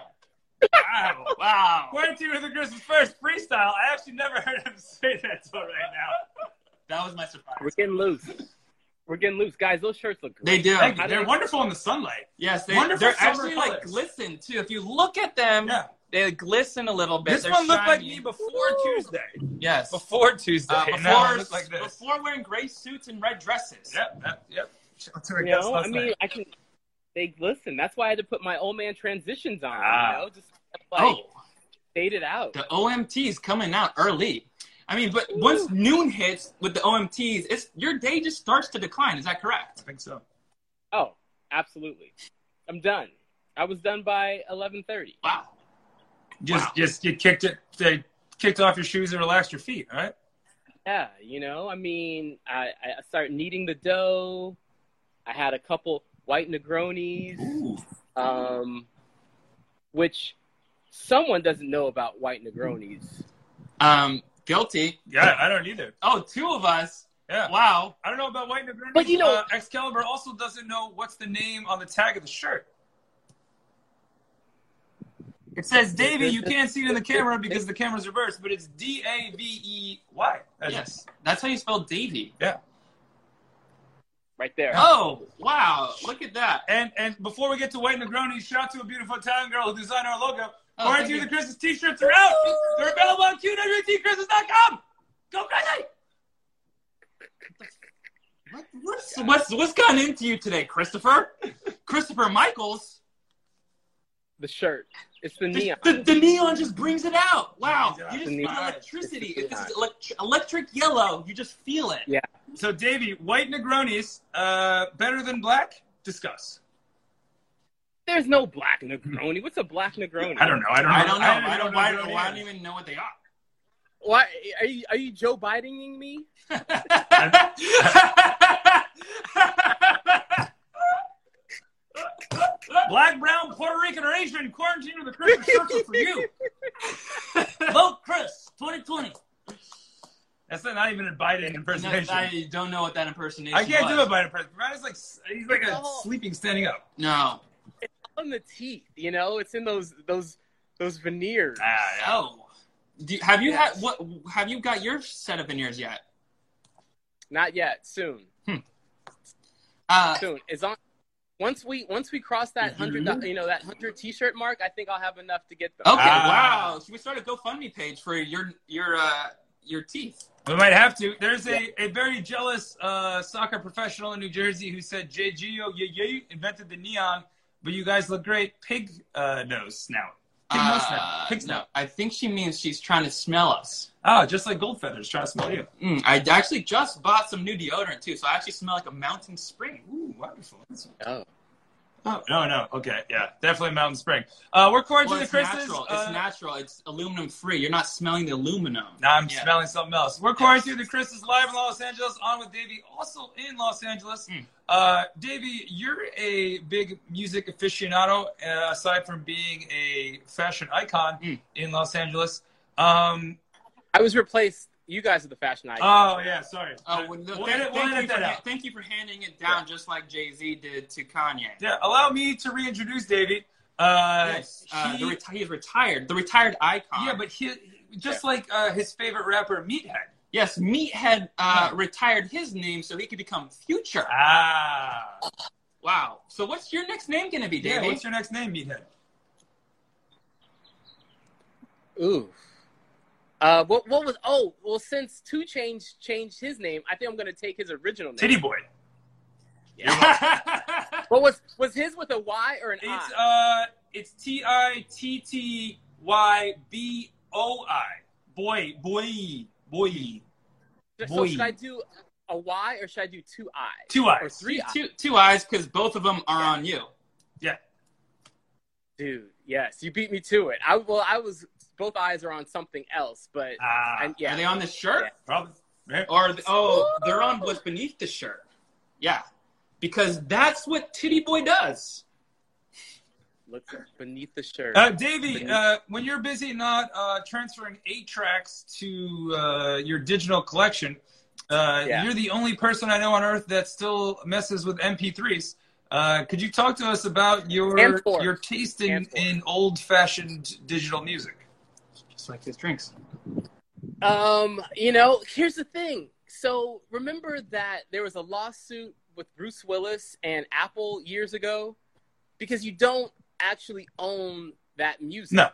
[SPEAKER 4] Wow. wow.
[SPEAKER 3] Quentin with the Christmas first freestyle. I actually never heard him say that till right now.
[SPEAKER 4] That was my surprise.
[SPEAKER 8] We're getting loose. We're getting loose. Guys, those shirts look great.
[SPEAKER 4] They do.
[SPEAKER 3] Thank you.
[SPEAKER 8] How do
[SPEAKER 3] They're
[SPEAKER 8] you-
[SPEAKER 3] wonderful in the sunlight.
[SPEAKER 4] Yes, they,
[SPEAKER 3] Wonderful
[SPEAKER 4] they're
[SPEAKER 3] summer
[SPEAKER 4] actually like
[SPEAKER 3] colors.
[SPEAKER 4] glisten too. If you look at them,
[SPEAKER 3] Yeah.
[SPEAKER 4] they glisten a little bit.
[SPEAKER 3] This
[SPEAKER 4] They're
[SPEAKER 3] one looked like
[SPEAKER 4] shiny.
[SPEAKER 3] me before Tuesday.
[SPEAKER 4] Yes.
[SPEAKER 3] Before Tuesday.
[SPEAKER 4] Uh,
[SPEAKER 3] And now it
[SPEAKER 4] before,
[SPEAKER 3] looks like this.
[SPEAKER 4] before wearing gray suits and red dresses.
[SPEAKER 3] Yep, yep, yep.
[SPEAKER 8] You know, I mean, I can. They listen. That's why I had to put my old man transitions on.
[SPEAKER 3] Ah.
[SPEAKER 8] You know, just like
[SPEAKER 4] Oh,
[SPEAKER 8] fade it out.
[SPEAKER 4] the OMT's coming out early. I mean, but once noon hits with the OMTs, it's your day just starts to decline. Is that correct?
[SPEAKER 3] I think so.
[SPEAKER 8] Oh, absolutely. I'm done. I was done by 11:30.
[SPEAKER 4] Wow.
[SPEAKER 3] Just,
[SPEAKER 4] Wow.
[SPEAKER 3] just you kicked it. They kicked off your shoes and relaxed your feet. All right.
[SPEAKER 8] Yeah, you know, I mean, I, I started kneading the dough. I had a couple white Negronis,
[SPEAKER 3] Ooh.
[SPEAKER 8] um, which someone doesn't know about white Negronis.
[SPEAKER 4] Um, guilty.
[SPEAKER 3] Yeah, I don't either.
[SPEAKER 4] Oh, two of us.
[SPEAKER 3] Yeah.
[SPEAKER 4] Wow.
[SPEAKER 3] I don't know about White Negroni.
[SPEAKER 8] But you know-
[SPEAKER 3] uh, Excalibur also doesn't know what's the name on the tag of the shirt. It says Davy. You can't see it in the camera because the camera's reversed, but it's D A V E Y. That's-
[SPEAKER 4] Yes. That's how you spell Davy.
[SPEAKER 8] Right there.
[SPEAKER 4] Oh, wow. Look at that.
[SPEAKER 3] And and before we get to White Negroni, shout out to a beautiful Italian girl who designed our logo.
[SPEAKER 4] Oh,
[SPEAKER 3] Quarantine
[SPEAKER 4] thank you.
[SPEAKER 3] the Christmas t-shirts are out. They're available on qwtchristmas.com. Go crazy!
[SPEAKER 4] What, what's, what's what's gotten into you today, Christopher? Christopher Michaels.
[SPEAKER 8] The shirt. It's the
[SPEAKER 4] The,
[SPEAKER 8] neon.
[SPEAKER 4] the, the neon just brings it out. Wow,
[SPEAKER 3] Brings it out.
[SPEAKER 4] you just
[SPEAKER 8] The
[SPEAKER 4] feel
[SPEAKER 8] neon.
[SPEAKER 4] electricity.
[SPEAKER 8] It's the
[SPEAKER 4] If this is
[SPEAKER 8] neon.
[SPEAKER 4] electric, electric yellow, you just feel it.
[SPEAKER 8] Yeah.
[SPEAKER 3] So, Davey, white Negronis uh, better than black? Discuss.
[SPEAKER 8] There's no black Negroni. What's a black Negroni?
[SPEAKER 3] I don't know. I don't know.
[SPEAKER 4] I don't know. I don't,
[SPEAKER 3] even
[SPEAKER 4] why,
[SPEAKER 3] what it
[SPEAKER 4] why I
[SPEAKER 3] is.
[SPEAKER 4] don't even know what they are.
[SPEAKER 8] Why are you are you Joe Bidening me?
[SPEAKER 3] Black, brown, Puerto Rican, or Asian quarantine with a Christmas circle for you. Vote Chris 2020. That's not even a Biden
[SPEAKER 4] No,
[SPEAKER 3] impersonation.
[SPEAKER 4] I don't know what that impersonation.
[SPEAKER 3] I can't
[SPEAKER 4] was.
[SPEAKER 3] do a Biden impersonation. Biden's like he's like a
[SPEAKER 8] No.
[SPEAKER 3] sleeping standing up.
[SPEAKER 4] No.
[SPEAKER 8] On the teeth, you know, it's in those those those veneers.
[SPEAKER 3] Ah,
[SPEAKER 4] Oh. Do, you- have you had what? Have you got your set of veneers yet?
[SPEAKER 8] Not yet. Soon.
[SPEAKER 4] Uh,
[SPEAKER 8] Soon. Is on. Once we once we cross that
[SPEAKER 4] Mm-hmm.
[SPEAKER 8] 100 do- you know that hundred T-shirt mark, I think I'll have enough to get them.
[SPEAKER 4] okay.
[SPEAKER 3] Ah.
[SPEAKER 4] wow. Should we start a GoFundMe page for your your uh, your teeth?
[SPEAKER 3] We might have to. There's a, a very jealous uh, soccer professional in New Jersey who said J G O Ye Ye invented the neon, but you guys look great. Pig uh, nose snout. Pig nose
[SPEAKER 4] Uh,
[SPEAKER 3] snout. Pig
[SPEAKER 4] no,
[SPEAKER 3] snout.
[SPEAKER 4] I think she means she's trying to smell us.
[SPEAKER 3] Oh, just like gold feathers trying to smell you.
[SPEAKER 4] Mm, I actually just bought some new deodorant too, so I actually smell like a mountain spring.
[SPEAKER 3] Ooh, wonderful. That's-
[SPEAKER 8] Oh.
[SPEAKER 3] Oh, no, no. Okay, yeah. Definitely Mountain Spring. Uh, we're quarantined
[SPEAKER 4] Well,
[SPEAKER 3] the
[SPEAKER 4] it's
[SPEAKER 3] Christmas.
[SPEAKER 4] natural.
[SPEAKER 3] uh,
[SPEAKER 4] it's natural. It's aluminum free. You're not smelling the aluminum.
[SPEAKER 3] Nah, I'm
[SPEAKER 4] Yeah.
[SPEAKER 3] smelling something else. We're quarantined the Christmas live in Los Angeles. On with Davey, also in Los Angeles.
[SPEAKER 4] Mm.
[SPEAKER 3] Uh, Davey, you're a big music aficionado, uh, aside from being a fashion icon
[SPEAKER 4] Mm.
[SPEAKER 3] in Los Angeles. Um,
[SPEAKER 8] I was replaced. you guys are the fashion icons.
[SPEAKER 3] Oh yeah, sorry.
[SPEAKER 4] Oh, well, no,
[SPEAKER 3] We'll
[SPEAKER 4] thank,
[SPEAKER 3] edit- we'll
[SPEAKER 4] thank
[SPEAKER 3] edit
[SPEAKER 4] you
[SPEAKER 3] that
[SPEAKER 4] for,
[SPEAKER 3] out.
[SPEAKER 4] thank you for handing it down, just like Jay Z did to Kanye.
[SPEAKER 3] Yeah, allow me to reintroduce Davey. Uh,
[SPEAKER 4] Yes, uh,
[SPEAKER 3] he-
[SPEAKER 4] the reti- he's retired. The retired icon.
[SPEAKER 3] Uh, yeah, but he, just like uh, his favorite rapper, Meathead.
[SPEAKER 4] yes, Meathead uh, retired his name so he could become Future.
[SPEAKER 3] Ah.
[SPEAKER 4] Wow. So what's your next name gonna be,
[SPEAKER 3] Yeah,
[SPEAKER 4] Davey?
[SPEAKER 3] what's your next name, Meathead?
[SPEAKER 8] Ooh. Uh, what what was? Oh, well, since Two Change changed his name, I think I'm gonna take his original name.
[SPEAKER 3] Titty Boy.
[SPEAKER 8] What was was his with a Y or an
[SPEAKER 3] It's
[SPEAKER 8] I?
[SPEAKER 3] uh, it's T I T T Y B O I. Boy, boy, boy.
[SPEAKER 8] so
[SPEAKER 3] boy.
[SPEAKER 8] should I do a Y or should I do two I's
[SPEAKER 3] Two
[SPEAKER 8] or
[SPEAKER 3] eyes.
[SPEAKER 8] three I's?
[SPEAKER 4] two two eyes because both of them are on you.
[SPEAKER 8] Dude, yes, you beat me to it. I well, I was both eyes are on something else, but
[SPEAKER 3] Ah,
[SPEAKER 8] and, yeah,
[SPEAKER 4] Uh, Are they on the shirt?
[SPEAKER 8] Yeah.
[SPEAKER 3] probably. Yeah.
[SPEAKER 4] Or are they- oh, they're on what's beneath the shirt. Yeah, because that's what Titty Boy does.
[SPEAKER 8] look beneath the shirt.
[SPEAKER 3] Uh, Davey, uh, when you're busy not uh, transferring eight tracks to uh, your digital collection, uh,
[SPEAKER 8] Yeah.
[SPEAKER 3] you're the only person I know on earth that still messes with MP3s. Uh, could you talk to us about your
[SPEAKER 8] And fours.
[SPEAKER 3] your taste in,
[SPEAKER 8] And fours.
[SPEAKER 3] in old fashioned digital music?
[SPEAKER 4] Just like his drinks.
[SPEAKER 8] Um, you know, here's the thing. So remember that there was a lawsuit with Bruce Willis and Apple years ago because you don't actually own that music.
[SPEAKER 3] No.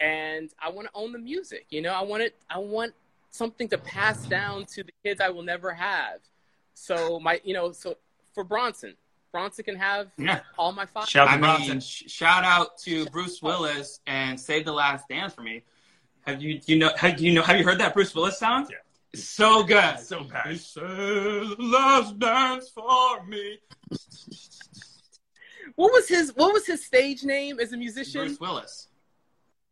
[SPEAKER 8] And I want to own the music. You know, I want it. I want something to pass down to the kids I will never have. So my, you know, so for Bronson, Bronson can have
[SPEAKER 4] Yeah.
[SPEAKER 8] all my files.
[SPEAKER 3] Shout
[SPEAKER 4] I
[SPEAKER 3] out to Bronson.
[SPEAKER 4] mean, sh- shout out to Bruce Willis and "Save the Last Dance" for me. Have you you know have you know have you heard that Bruce Willis sound?
[SPEAKER 3] Yeah.
[SPEAKER 4] It's so good.
[SPEAKER 3] So bad.
[SPEAKER 4] "Save the last dance for me.
[SPEAKER 8] What was his What was his stage name as a musician?
[SPEAKER 4] Bruce Willis.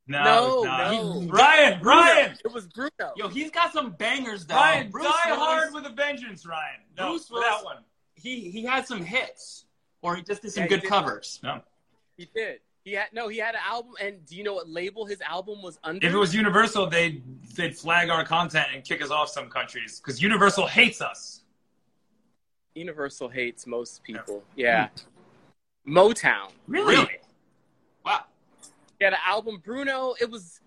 [SPEAKER 8] No,
[SPEAKER 3] it's not.
[SPEAKER 8] no.
[SPEAKER 3] Ryan,
[SPEAKER 8] Bruno.
[SPEAKER 3] Ryan,
[SPEAKER 8] It was Bruno.
[SPEAKER 4] Yo, he's got some bangers though.
[SPEAKER 3] Ryan,
[SPEAKER 4] Bruce
[SPEAKER 3] die
[SPEAKER 4] Willis,
[SPEAKER 3] hard with a vengeance, Ryan. No,
[SPEAKER 4] Bruce
[SPEAKER 3] for that
[SPEAKER 4] Willis.
[SPEAKER 3] one.
[SPEAKER 4] He he had some hits, or he just did some
[SPEAKER 8] Yeah, he
[SPEAKER 4] good
[SPEAKER 8] did.
[SPEAKER 4] covers.
[SPEAKER 8] He did. He had no. He had an album, and do you know what label his album was under?
[SPEAKER 3] If it was Universal, they'd they'd flag our content and kick us off some countries because Universal hates us.
[SPEAKER 8] Universal hates most people. Yeah. Motown.
[SPEAKER 4] Really? Wow.
[SPEAKER 8] He had an album, Bruno. It was.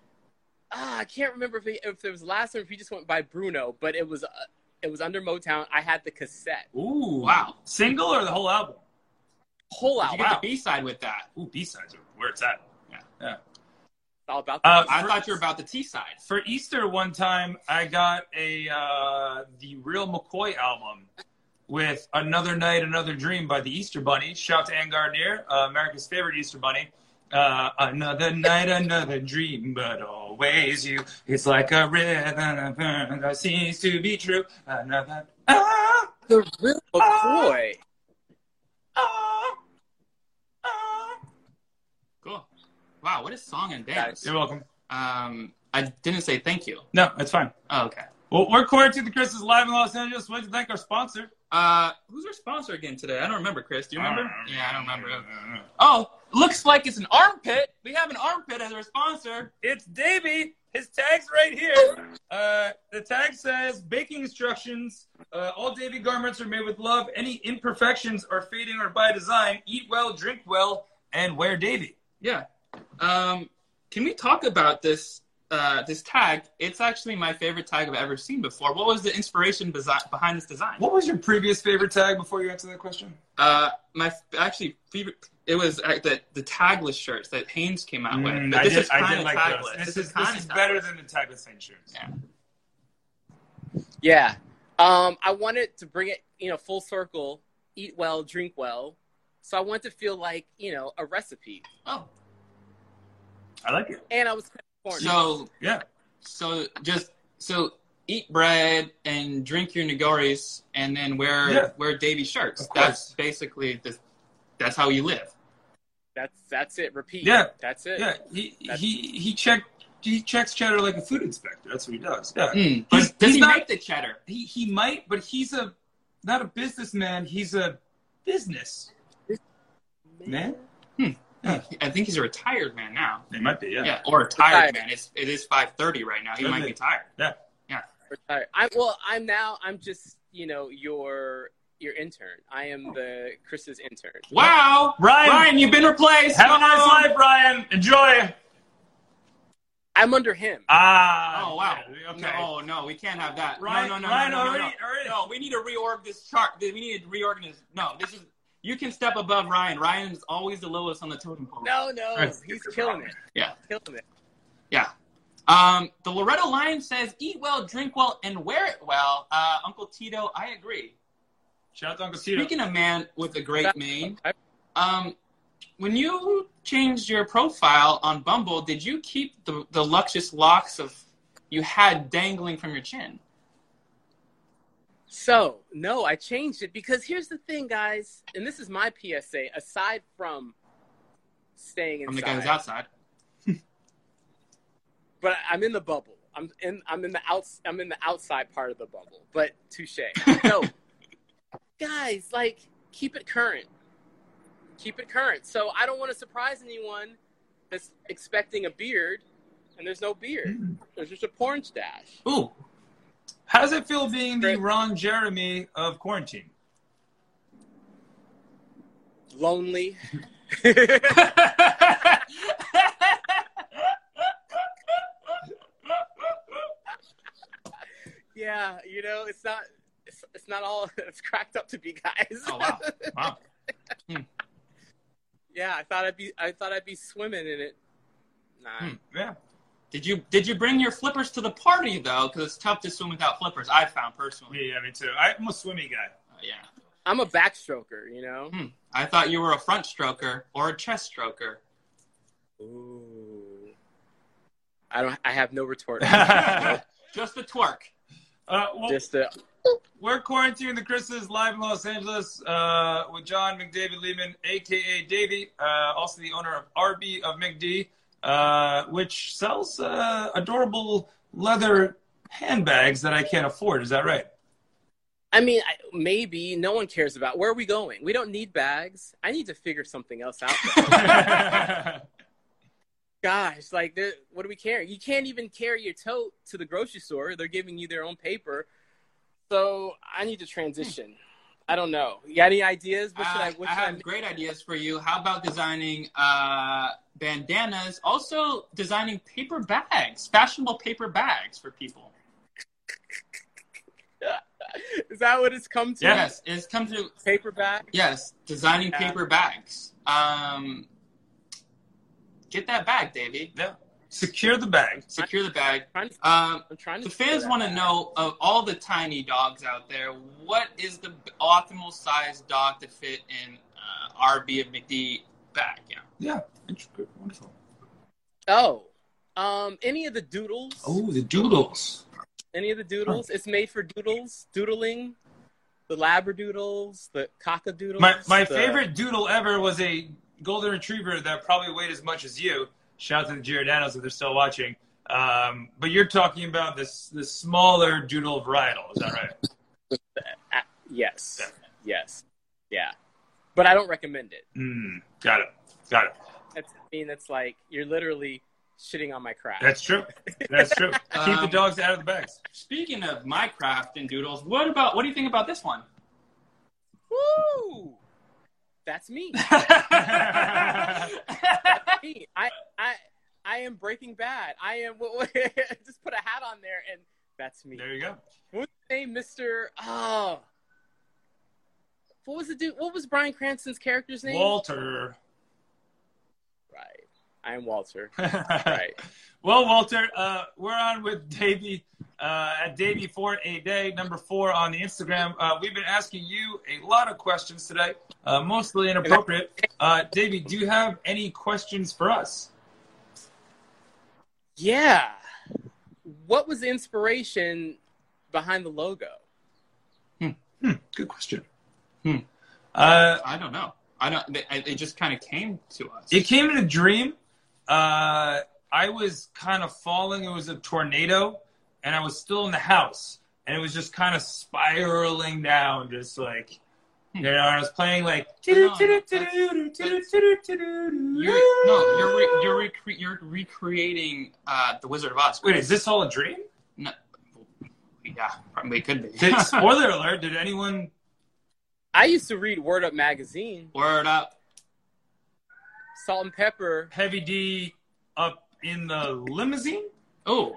[SPEAKER 8] ah, I can't remember if he, if it was last or if he just went by Bruno, but it was uh, it was under Motown. I had the cassette,
[SPEAKER 3] Ooh,
[SPEAKER 4] Wow.
[SPEAKER 3] Single or the whole album?
[SPEAKER 8] whole
[SPEAKER 4] You
[SPEAKER 8] album.
[SPEAKER 4] get the B side with that.
[SPEAKER 3] Ooh, B sides are where it's at.
[SPEAKER 8] It's all about.
[SPEAKER 3] Uh,
[SPEAKER 4] I
[SPEAKER 3] for,
[SPEAKER 4] thought you were about the T side.
[SPEAKER 3] for Easter one time, I got a uh, the Real McCoy album with "Another Night, Another Dream" by the Easter Bunny. Shout to Ann Gardner, uh, America's favorite Easter Bunny. Uh, another night, another dream, but always you. It's like a rhythm that seems to be true. Another. Ah!
[SPEAKER 8] the real McCoy.
[SPEAKER 4] Cool. Wow, what a song and dance.
[SPEAKER 3] You're welcome.
[SPEAKER 4] Um, I didn't say thank you.
[SPEAKER 3] No, that's fine.
[SPEAKER 4] Oh, okay.
[SPEAKER 3] Well, we're quarantined to Christmas live in Los Angeles. We'd like to thank our sponsor.
[SPEAKER 4] Uh, who's our sponsor again today? I don't remember, Chris. Do you remember?
[SPEAKER 3] Uh,
[SPEAKER 4] yeah, I don't remember. Oh, looks like it's an armpit. We have an armpit as our sponsor.
[SPEAKER 3] It's Davey. His tag's right here. Uh, the tag says baking instructions. Uh, all Davey garments are made with love. Any imperfections are fading or by design. Eat well, drink well, and wear Davey.
[SPEAKER 4] Yeah. Um, can we talk about this? Uh, this tag. It's actually my favorite tag I've ever seen before. What was the inspiration besi- behind this design?
[SPEAKER 3] What was your previous favorite tag before you answer that question?
[SPEAKER 4] Uh, my f- actually favorite. It was uh, the the tagless shirts that Haynes came out with.
[SPEAKER 3] Mm,
[SPEAKER 4] but
[SPEAKER 3] I
[SPEAKER 4] this
[SPEAKER 3] did-
[SPEAKER 4] is
[SPEAKER 3] I
[SPEAKER 4] kind
[SPEAKER 3] did
[SPEAKER 4] of
[SPEAKER 3] like those.
[SPEAKER 4] tagless.
[SPEAKER 3] This is this
[SPEAKER 4] kinda
[SPEAKER 3] is
[SPEAKER 4] tagless.
[SPEAKER 3] better than the tagless hand shirts.
[SPEAKER 4] Yeah.
[SPEAKER 8] Yeah. Um, I wanted to bring it, you know, full circle. Eat well, drink well. So I wanted to feel like, you know, a recipe.
[SPEAKER 4] Oh,
[SPEAKER 3] I like it.
[SPEAKER 8] And I was cut corners.
[SPEAKER 4] so
[SPEAKER 3] Yeah.
[SPEAKER 4] so just so eat bread and drink your nigoris and then wear
[SPEAKER 3] Yeah.
[SPEAKER 4] wear Davy shirts.
[SPEAKER 3] Of course.
[SPEAKER 4] That's basically the, that's how you live.
[SPEAKER 8] That's that's it. Repeat.
[SPEAKER 3] Yeah.
[SPEAKER 8] That's it.
[SPEAKER 3] Yeah, he he he checked. He checks cheddar like a food inspector. That's what he does. Yeah,
[SPEAKER 4] Mm.
[SPEAKER 3] Hmm. He's-
[SPEAKER 4] But does
[SPEAKER 3] he's
[SPEAKER 4] he
[SPEAKER 3] not-
[SPEAKER 4] make the cheddar?
[SPEAKER 3] he he might, but he's a not a businessman. He's a business man.
[SPEAKER 4] I think he's a retired man now.
[SPEAKER 3] He might be.
[SPEAKER 4] Yeah, or a tired
[SPEAKER 8] Retired.
[SPEAKER 4] man. It's it is five thirty right now. He
[SPEAKER 3] Doesn't
[SPEAKER 4] might
[SPEAKER 3] it?
[SPEAKER 4] be tired.
[SPEAKER 3] Yeah.
[SPEAKER 8] retired. I well, I'm now. I'm just you know your your intern. I
[SPEAKER 3] Oh.
[SPEAKER 8] am the Chris's intern.
[SPEAKER 4] Wow,
[SPEAKER 3] Ryan.
[SPEAKER 4] Ryan, you've been replaced.
[SPEAKER 3] Have a nice
[SPEAKER 4] Wow.
[SPEAKER 3] life, Ryan. Enjoy.
[SPEAKER 8] I'm under him.
[SPEAKER 3] Ah.
[SPEAKER 4] Oh wow.
[SPEAKER 3] yeah,
[SPEAKER 4] Okay. No, no, we can't have that.
[SPEAKER 3] Ryan,
[SPEAKER 4] no, no, no,
[SPEAKER 3] Ryan
[SPEAKER 4] no, no,
[SPEAKER 3] already,
[SPEAKER 4] no.
[SPEAKER 3] already.
[SPEAKER 4] No, we need to reorg this chart. We need to reorganize. No, this is. You can step above Ryan. Ryan is always the lowest on the totem pole.
[SPEAKER 8] No, no,
[SPEAKER 3] Chris,
[SPEAKER 8] he's killing it.
[SPEAKER 4] Yeah.
[SPEAKER 8] killing it.
[SPEAKER 4] Um, the Loretta Lion says, "Eat well, drink well, and wear it well." Uh, Uncle Tito, I agree.
[SPEAKER 3] Shout out to Uncle Tito.
[SPEAKER 4] Speaking of man with a great mane, um, when you changed your profile on Bumble, did you keep the, the luscious locks of you had dangling from your chin?
[SPEAKER 8] So, no, I changed it because here's the thing, guys, and this is my PSA. Aside from staying inside,
[SPEAKER 4] From the guy who's outside.
[SPEAKER 8] but I'm in the bubble. I'm in. I'm in the outs. I'm in the outside part of the bubble. But touche. No, guys, like keep it current. Keep it current. So I don't want to surprise anyone that's expecting a beard, and there's no
[SPEAKER 4] Mm.
[SPEAKER 8] beard. There's just a porn stash.
[SPEAKER 4] Ooh,
[SPEAKER 3] How does it feel being the
[SPEAKER 8] Great.
[SPEAKER 3] Ron Jeremy of quarantine?
[SPEAKER 8] Lonely. yeah, you know, it's not. It's, it's not all it's cracked up to be, guys.
[SPEAKER 4] Oh, wow. Wow. Hmm.
[SPEAKER 8] yeah, I thought I'd be. I thought I'd be swimming in it. Nah.
[SPEAKER 4] Hmm.
[SPEAKER 3] Yeah.
[SPEAKER 4] Did you did you bring your flippers to the party though? Because it's tough to swim without flippers. I found personally.
[SPEAKER 3] Yeah, me too. I'm a swimmy guy.
[SPEAKER 4] Uh, yeah.
[SPEAKER 8] I'm a backstroker, you know.
[SPEAKER 4] Hmm. I thought you were a front stroker or a chest stroker.
[SPEAKER 8] Ooh. I don't. I have no retort.
[SPEAKER 4] Just the twerk.
[SPEAKER 3] Uh, well,
[SPEAKER 8] Just a,
[SPEAKER 3] we're quarantining the Chris's live in Los Angeles uh, with John McDavid Lehman, aka Davey, uh, also the owner of RB of McD, uh, which sells uh, adorable leather handbags that I can't afford. Is that right?
[SPEAKER 8] I mean, I, maybe no one cares about where are we going. We don't need bags. I need to figure something else out. Gosh, like, there- what do we care? You can't even carry your tote to the grocery store. They're giving you their own paper. So I need to transition. I don't know. You got any ideas? What should I?
[SPEAKER 4] I,
[SPEAKER 8] What
[SPEAKER 4] Ah, I
[SPEAKER 8] should I,
[SPEAKER 4] have
[SPEAKER 8] make?
[SPEAKER 4] great ideas for you. How about designing uh, bandanas? Also, designing paper bags, fashionable paper bags for people.
[SPEAKER 8] Is that what it's come to?
[SPEAKER 4] Yes, it's come to
[SPEAKER 8] Paper bag.
[SPEAKER 4] yes, designing
[SPEAKER 8] Yeah.
[SPEAKER 4] paper bags. Um, get that bag, Davey.
[SPEAKER 3] yeah. Secure the bag.
[SPEAKER 4] Secure the bag.
[SPEAKER 8] I'm trying to.
[SPEAKER 4] Um,
[SPEAKER 8] I'm trying to
[SPEAKER 4] the
[SPEAKER 8] figure
[SPEAKER 4] fans
[SPEAKER 8] that
[SPEAKER 4] want to
[SPEAKER 8] out.
[SPEAKER 4] know of all the tiny dogs out there, what is the optimal size dog to fit in uh, RB of McD bag? Yeah.
[SPEAKER 3] Yeah. Intricate. Wonderful.
[SPEAKER 8] Oh, um, any of the doodles?
[SPEAKER 3] Oh, the doodles.
[SPEAKER 8] Any of the doodles? It's made for doodles, doodling, the labradoodles, the cockadoodles.
[SPEAKER 3] My, my
[SPEAKER 8] the-
[SPEAKER 3] favorite doodle ever was a golden retriever that probably weighed as much as you. Shout out to the Giordanos if they're still watching. Um, but you're talking about this the smaller doodle varietal, is that right?
[SPEAKER 8] Yes. Yes. Yeah. But I don't recommend it.
[SPEAKER 3] Mm, got it. Got it.
[SPEAKER 8] That's, I mean, that's like you're literally shitting on my craft.
[SPEAKER 3] That's true. That's true. Keep the
[SPEAKER 4] Um,
[SPEAKER 3] dogs out of the bags.
[SPEAKER 4] Speaking of Minecraft and doodles, what about what do you think about this one?
[SPEAKER 8] Woo! That's me.
[SPEAKER 4] That's
[SPEAKER 8] Me. I I I am Breaking Bad. I am. just put a hat on there, and that's me.
[SPEAKER 3] There you go.
[SPEAKER 8] What was his name, Mister? Oh, what was the dude? What was Brian Cranston's character's name?
[SPEAKER 3] Walter.
[SPEAKER 8] Right. I am Walter. Right.
[SPEAKER 3] Well, Walter, uh, we're on with Davey uh, at Davey for a day, number four on the Instagram. Uh, we've been asking you a lot of questions today, uh, mostly inappropriate. Uh, Davey, do you have any questions for us?
[SPEAKER 8] yeah. What was the inspiration behind the logo?
[SPEAKER 3] Good question.
[SPEAKER 4] Hmm.
[SPEAKER 3] Uh,
[SPEAKER 4] I don't know. I don't. They, I- they just kind of came to us.
[SPEAKER 3] it came in a dream. Uh, I was kind of falling. It was a tornado, and I was still in the house, and it was just kind of spiraling down, just like. You know, I was playing like.
[SPEAKER 4] No, you're, no, you're re, you're, recre- you're recreating uh, the Wizard of Oz.
[SPEAKER 3] Wait, is this all a dream?
[SPEAKER 4] No, Yeah, probably could be.
[SPEAKER 3] Did, spoiler alert, did anyone
[SPEAKER 8] I used to read Word Up magazine,
[SPEAKER 4] Word up.
[SPEAKER 8] Salt and Pepper.
[SPEAKER 3] Heavy D up in the limousine?
[SPEAKER 4] Oh,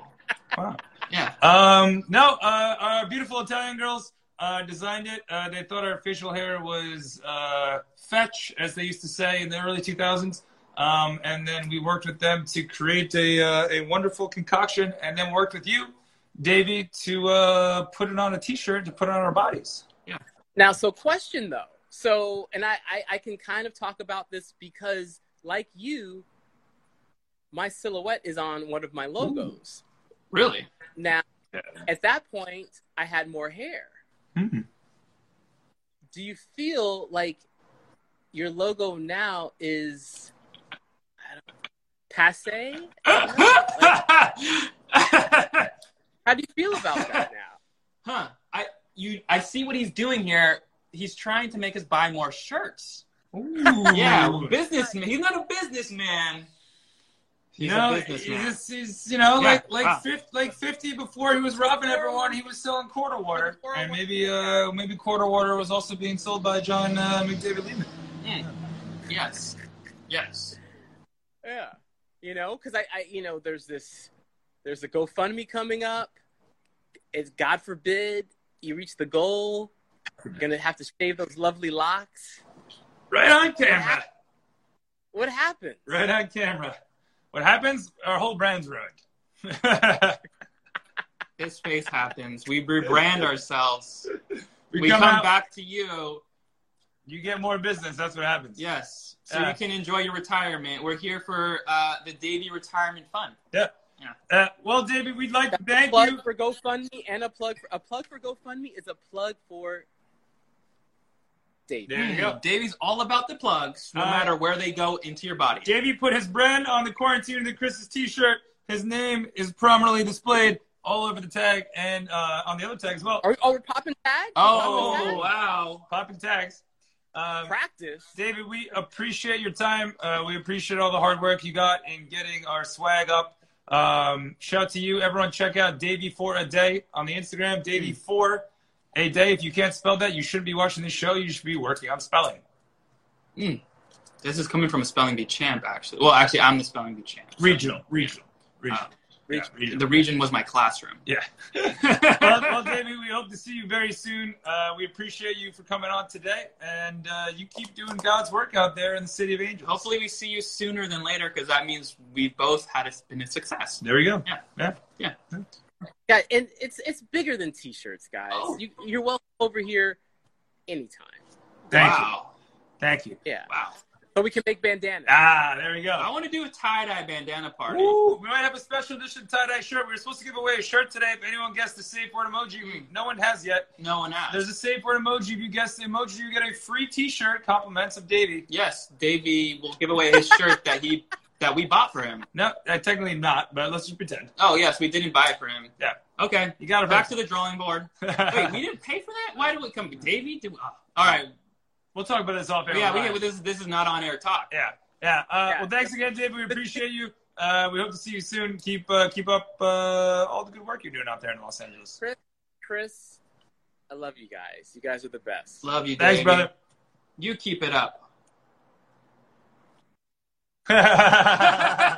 [SPEAKER 3] Wow.
[SPEAKER 4] yeah.
[SPEAKER 3] Um, no, uh, our beautiful Italian girls uh, designed it. Uh, they thought our facial hair was uh, fetch, as they used to say in the early 2000s. Um, and then we worked with them to create a, uh, a wonderful concoction, and then worked with you, Davey, to uh, put it on a t shirt to put on our bodies.
[SPEAKER 8] Now, so question though. So, and I, I, I can kind of talk about this because, like you, my silhouette is on one of my logos.
[SPEAKER 4] Really?
[SPEAKER 8] Now, at that point, I had more hair.
[SPEAKER 3] Mhm.
[SPEAKER 8] Do you feel like your logo now is I don't know, passe?
[SPEAKER 4] huh?
[SPEAKER 8] How do you feel about that now?
[SPEAKER 4] I you I see what he's doing here. He's trying to make us buy more shirts. Yeah, well, businessman. He's not a businessman. He's
[SPEAKER 3] you know,
[SPEAKER 4] a
[SPEAKER 3] he's,
[SPEAKER 4] businessman.
[SPEAKER 3] he's, you know,
[SPEAKER 4] Yeah,
[SPEAKER 3] like like
[SPEAKER 4] wow.
[SPEAKER 3] 50, like fifty before he was robbing everyone, he was selling quarter water, and maybe uh maybe quarter water was also being sold by John uh, McDavid Lehman.
[SPEAKER 4] Yes. Yes.
[SPEAKER 8] Yeah. You know, because I, I, you know, there's this, there's a GoFundMe coming up. It's God forbid you reach the goal, you're gonna have to shave those lovely locks.
[SPEAKER 3] Right on camera.
[SPEAKER 8] What happened?
[SPEAKER 3] Right on camera. What happens? Our whole brand's ruined.
[SPEAKER 4] This face happens. We rebrand ourselves.
[SPEAKER 3] we,
[SPEAKER 4] We,
[SPEAKER 3] come,
[SPEAKER 4] come,
[SPEAKER 3] out,
[SPEAKER 4] back to you.
[SPEAKER 3] You get more business. That's what happens.
[SPEAKER 4] Yes. So
[SPEAKER 3] Yeah.
[SPEAKER 4] you can enjoy your retirement. We're here for uh, the Davy Retirement Fund.
[SPEAKER 3] Uh, well, David, we'd like to thank
[SPEAKER 8] plug
[SPEAKER 3] you.
[SPEAKER 8] for GoFundMe and a plug for a plug for GoFundMe is a plug for Dave.
[SPEAKER 3] There you go.
[SPEAKER 4] Davy's all about the plugs, no
[SPEAKER 3] Uh,
[SPEAKER 4] matter where they go into your body.
[SPEAKER 3] Davey put his brand on the quarantine of the Chris's T-shirt. His name is prominently displayed all over the tag and uh, on the other tag as well.
[SPEAKER 8] Are we, oh, we're popping tags? We're
[SPEAKER 4] oh,
[SPEAKER 8] popping tags?
[SPEAKER 4] wow.
[SPEAKER 3] Popping tags. Um,
[SPEAKER 8] practice.
[SPEAKER 3] David, we appreciate your time. Uh, we appreciate all the hard work you got in getting our swag up. Um, shout to you, everyone. Check out Davey for a day on the Instagram. Davey for a day. If you can't spell that, you shouldn't be watching this show. You should be working on spelling.
[SPEAKER 4] This is coming from a spelling bee champ, actually. Well, actually, I'm the spelling bee champ. so-
[SPEAKER 3] Regional, regional, regional.
[SPEAKER 4] Oh.
[SPEAKER 3] Yeah,
[SPEAKER 4] The region was my classroom.
[SPEAKER 3] Yeah. well, well, Davey, we hope to see you very soon. Uh, we appreciate you for coming on today, and uh, you keep doing God's work out there in the city of angels.
[SPEAKER 4] Hopefully, we see you sooner than later because that means we've both had a, been a success.
[SPEAKER 3] There we go.
[SPEAKER 4] Yeah.
[SPEAKER 3] yeah.
[SPEAKER 8] Yeah, and it's it's bigger than t-shirts, guys.
[SPEAKER 4] Oh.
[SPEAKER 8] You, you're welcome over here anytime.
[SPEAKER 3] Thank you.
[SPEAKER 4] wow.
[SPEAKER 3] Thank you.
[SPEAKER 8] Yeah,
[SPEAKER 4] Wow.
[SPEAKER 8] so we can make bandanas.
[SPEAKER 3] Ah, there we go.
[SPEAKER 4] I want to do a tie dye bandana party.
[SPEAKER 3] Woo! We might have a special edition tie-dye shirt. We were supposed to give away a shirt today. If anyone guessed the safe word emoji, we- no one has yet.
[SPEAKER 4] No one asked.
[SPEAKER 3] There's a safe word emoji. If you guess the emoji, you get a free T-shirt. Compliments of Davey.
[SPEAKER 4] yes, Davey will give away his shirt that he that we bought for him.
[SPEAKER 3] No, uh, technically not, but let's just pretend.
[SPEAKER 4] Oh yes, we didn't buy it for him.
[SPEAKER 3] Yeah.
[SPEAKER 4] Okay.
[SPEAKER 3] You got it
[SPEAKER 4] Back to the drawing board. Wait, we didn't pay for that? Why did we come? Davey? Do, oh. All right.
[SPEAKER 3] we'll talk about this off air.
[SPEAKER 4] Yeah, we
[SPEAKER 3] online.
[SPEAKER 4] get, this, this is not on air talk.
[SPEAKER 3] Yeah, yeah. Uh,
[SPEAKER 8] Yeah.
[SPEAKER 3] Well, thanks again, Davey. We appreciate you. Uh, we hope to see you soon. Keep uh, keep up uh, all the good work you're doing out there in Los Angeles.
[SPEAKER 8] Chris, I love you guys. You guys are the best.
[SPEAKER 4] Love you,
[SPEAKER 3] Thanks,
[SPEAKER 4] Davey.
[SPEAKER 3] brother.
[SPEAKER 4] You keep it up.
[SPEAKER 3] uh,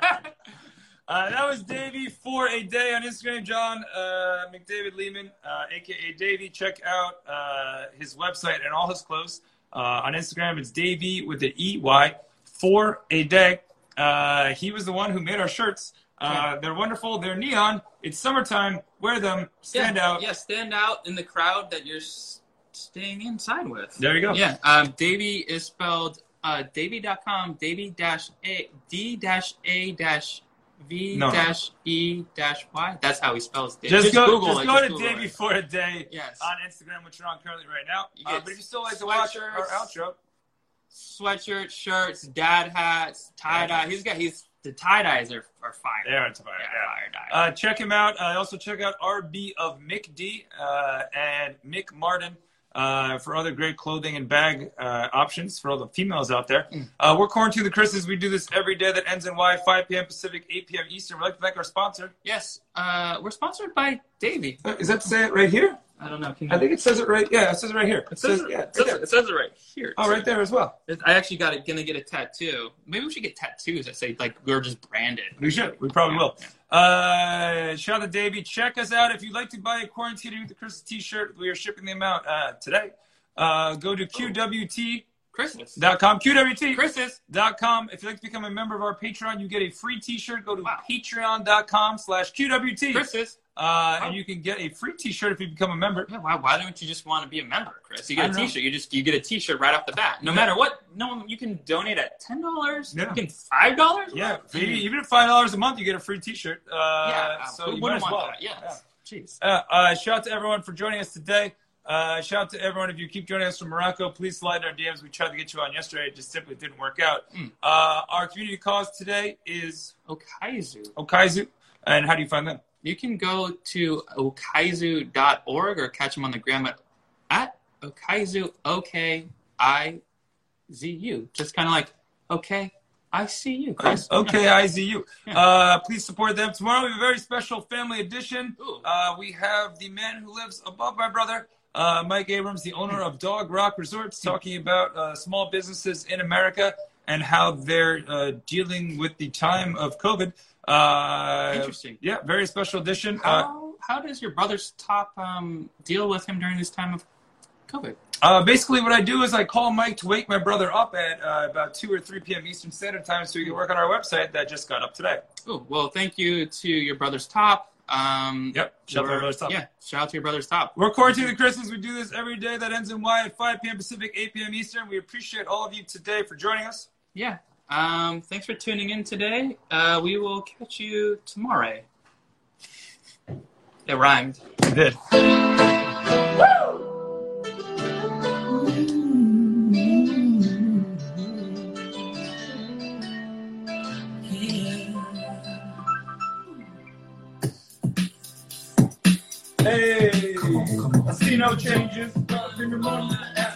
[SPEAKER 3] that was Davey for a day on Instagram. John uh, McDavid Lehman, uh, aka Davey. Check out uh, his website and all his clothes uh, on Instagram. It's Davey with the E Y for a day. Uh, he was the one who made our shirts. Uh, they're wonderful. They're neon. It's summertime. Wear them. Stand
[SPEAKER 4] yeah,
[SPEAKER 3] out.
[SPEAKER 4] Yeah, stand out in the crowd that you're s- staying inside with.
[SPEAKER 3] There you go.
[SPEAKER 4] Yeah, um, Davy is spelled uh, Davy.com, Davy dash A, D dash A dash V
[SPEAKER 3] No, no.
[SPEAKER 4] dash E dash Y. That's how he spells Davy.
[SPEAKER 3] Just, go,
[SPEAKER 4] Google
[SPEAKER 3] just
[SPEAKER 4] it.
[SPEAKER 3] go
[SPEAKER 4] just
[SPEAKER 3] to
[SPEAKER 4] Google
[SPEAKER 3] Davey
[SPEAKER 4] it.
[SPEAKER 3] for a day
[SPEAKER 4] Yes.
[SPEAKER 3] on Instagram, which you're on currently right now.
[SPEAKER 4] You
[SPEAKER 3] Uh,
[SPEAKER 4] get
[SPEAKER 3] but if you still like to watch our our
[SPEAKER 4] sweatshirts.
[SPEAKER 3] outro,
[SPEAKER 4] Sweatshirt, shirts, dad hats, tie dye. He's got, he's, the tie dyes are, are fire.
[SPEAKER 3] there it's about
[SPEAKER 4] Yeah,
[SPEAKER 3] it. Yeah.
[SPEAKER 4] fire dye.
[SPEAKER 3] Uh, check him out. Uh, also check out RB of Mick D uh, and Mick Martin uh, for other great clothing and bag uh, options for all the females out there. Uh, we're quarantine the Chris's. We do this every day that ends in Y, 5 p.m. Pacific, 8 p.m. Eastern. We'd like to thank our sponsor.
[SPEAKER 4] yes, Uh, we're sponsored by Davey.
[SPEAKER 3] Uh, Is that to say it right here?
[SPEAKER 4] I don't know. Can you
[SPEAKER 3] I think it says it right. Yeah, it says it right here. It,
[SPEAKER 4] it says,
[SPEAKER 3] says, yeah,
[SPEAKER 4] it,
[SPEAKER 3] right
[SPEAKER 4] says,
[SPEAKER 3] there.
[SPEAKER 4] it says it right here.
[SPEAKER 3] Oh, right there as well.
[SPEAKER 4] It- I actually got it, gonna get a tattoo. Maybe we should get tattoos that say like we're just branded.
[SPEAKER 3] We should. We probably will. Uh, shout out to Davey. Check us out if you'd like to buy a quarantine with the Christmas T-shirt. We are shipping them out uh, today. Uh, go to qwt.com.
[SPEAKER 4] Christmas.
[SPEAKER 3] QWT.
[SPEAKER 4] Christmas.
[SPEAKER 3] patreon.com. If you'd like to become a member of our Patreon, you get a free t-shirt. Go to patreon.com slash QWT.
[SPEAKER 4] Christmas.
[SPEAKER 3] Uh, and you can get a free t-shirt if you become a member.
[SPEAKER 4] Yeah, why, why don't you just want to be a member, Chris?
[SPEAKER 3] I
[SPEAKER 4] You get a
[SPEAKER 3] don't know.
[SPEAKER 4] T-shirt. You just you get a T-shirt right off the bat. No
[SPEAKER 3] Yeah.
[SPEAKER 4] matter what, no, you can donate at ten dollars.
[SPEAKER 3] Yeah.
[SPEAKER 4] You can five dollars.
[SPEAKER 3] Yeah, maybe even at five dollars a month, you get a free T-shirt. Uh,
[SPEAKER 4] yeah.
[SPEAKER 3] so
[SPEAKER 4] who
[SPEAKER 3] you might
[SPEAKER 4] wouldn't
[SPEAKER 3] as
[SPEAKER 4] want
[SPEAKER 3] well.
[SPEAKER 4] that? Yeah. Jeez.
[SPEAKER 3] Uh, uh, shout out to everyone for joining us today. Uh, shout out to everyone if you keep joining us from Morocco. Please slide in our DMs. We tried to get you on yesterday, it just simply didn't work out. Uh, our community cause today is
[SPEAKER 4] Oh, Okaizu.
[SPEAKER 3] Okaizu, and how do you find them?
[SPEAKER 4] You can go to okaizu.org or catch them on the gram at, at okaizu, O K I Z U. Just kind of like, okay, I see you, Chris.
[SPEAKER 3] Okay, IZU. Uh, please support them. Tomorrow we have a very special family edition.
[SPEAKER 4] Ooh.
[SPEAKER 3] Uh, we have the man who lives above my brother, uh, Mike Abrams, the owner of Dog Rock Resorts, talking about uh, small businesses in America and how they're uh, dealing with the time of COVID. Uh,
[SPEAKER 4] Interesting.
[SPEAKER 3] Yeah, very special edition. Uh,
[SPEAKER 4] How, how does your brother's top um, deal with him during this time of COVID?
[SPEAKER 3] uh, basically, what I do is I call Mike to wake my brother up at uh, about 2 or 3 p.m. Eastern Standard Time so we can work on our website that just got up today.
[SPEAKER 4] Oh, well, thank you to your brother's top. Um,
[SPEAKER 3] Yep, shout out to
[SPEAKER 4] we're-
[SPEAKER 3] my brother's top.
[SPEAKER 4] Yeah, shout out to your brother's top.
[SPEAKER 3] We're quarantining the Christmas. We do this every day. That ends in Y at 5 p.m. Pacific, 8 p.m. Eastern. We appreciate all of you today for joining us.
[SPEAKER 4] Yeah. Um, thanks for tuning in today. Uh, we will catch you tomorrow. It rhymed.
[SPEAKER 3] We did. Hey, casino changes. Up in the morning,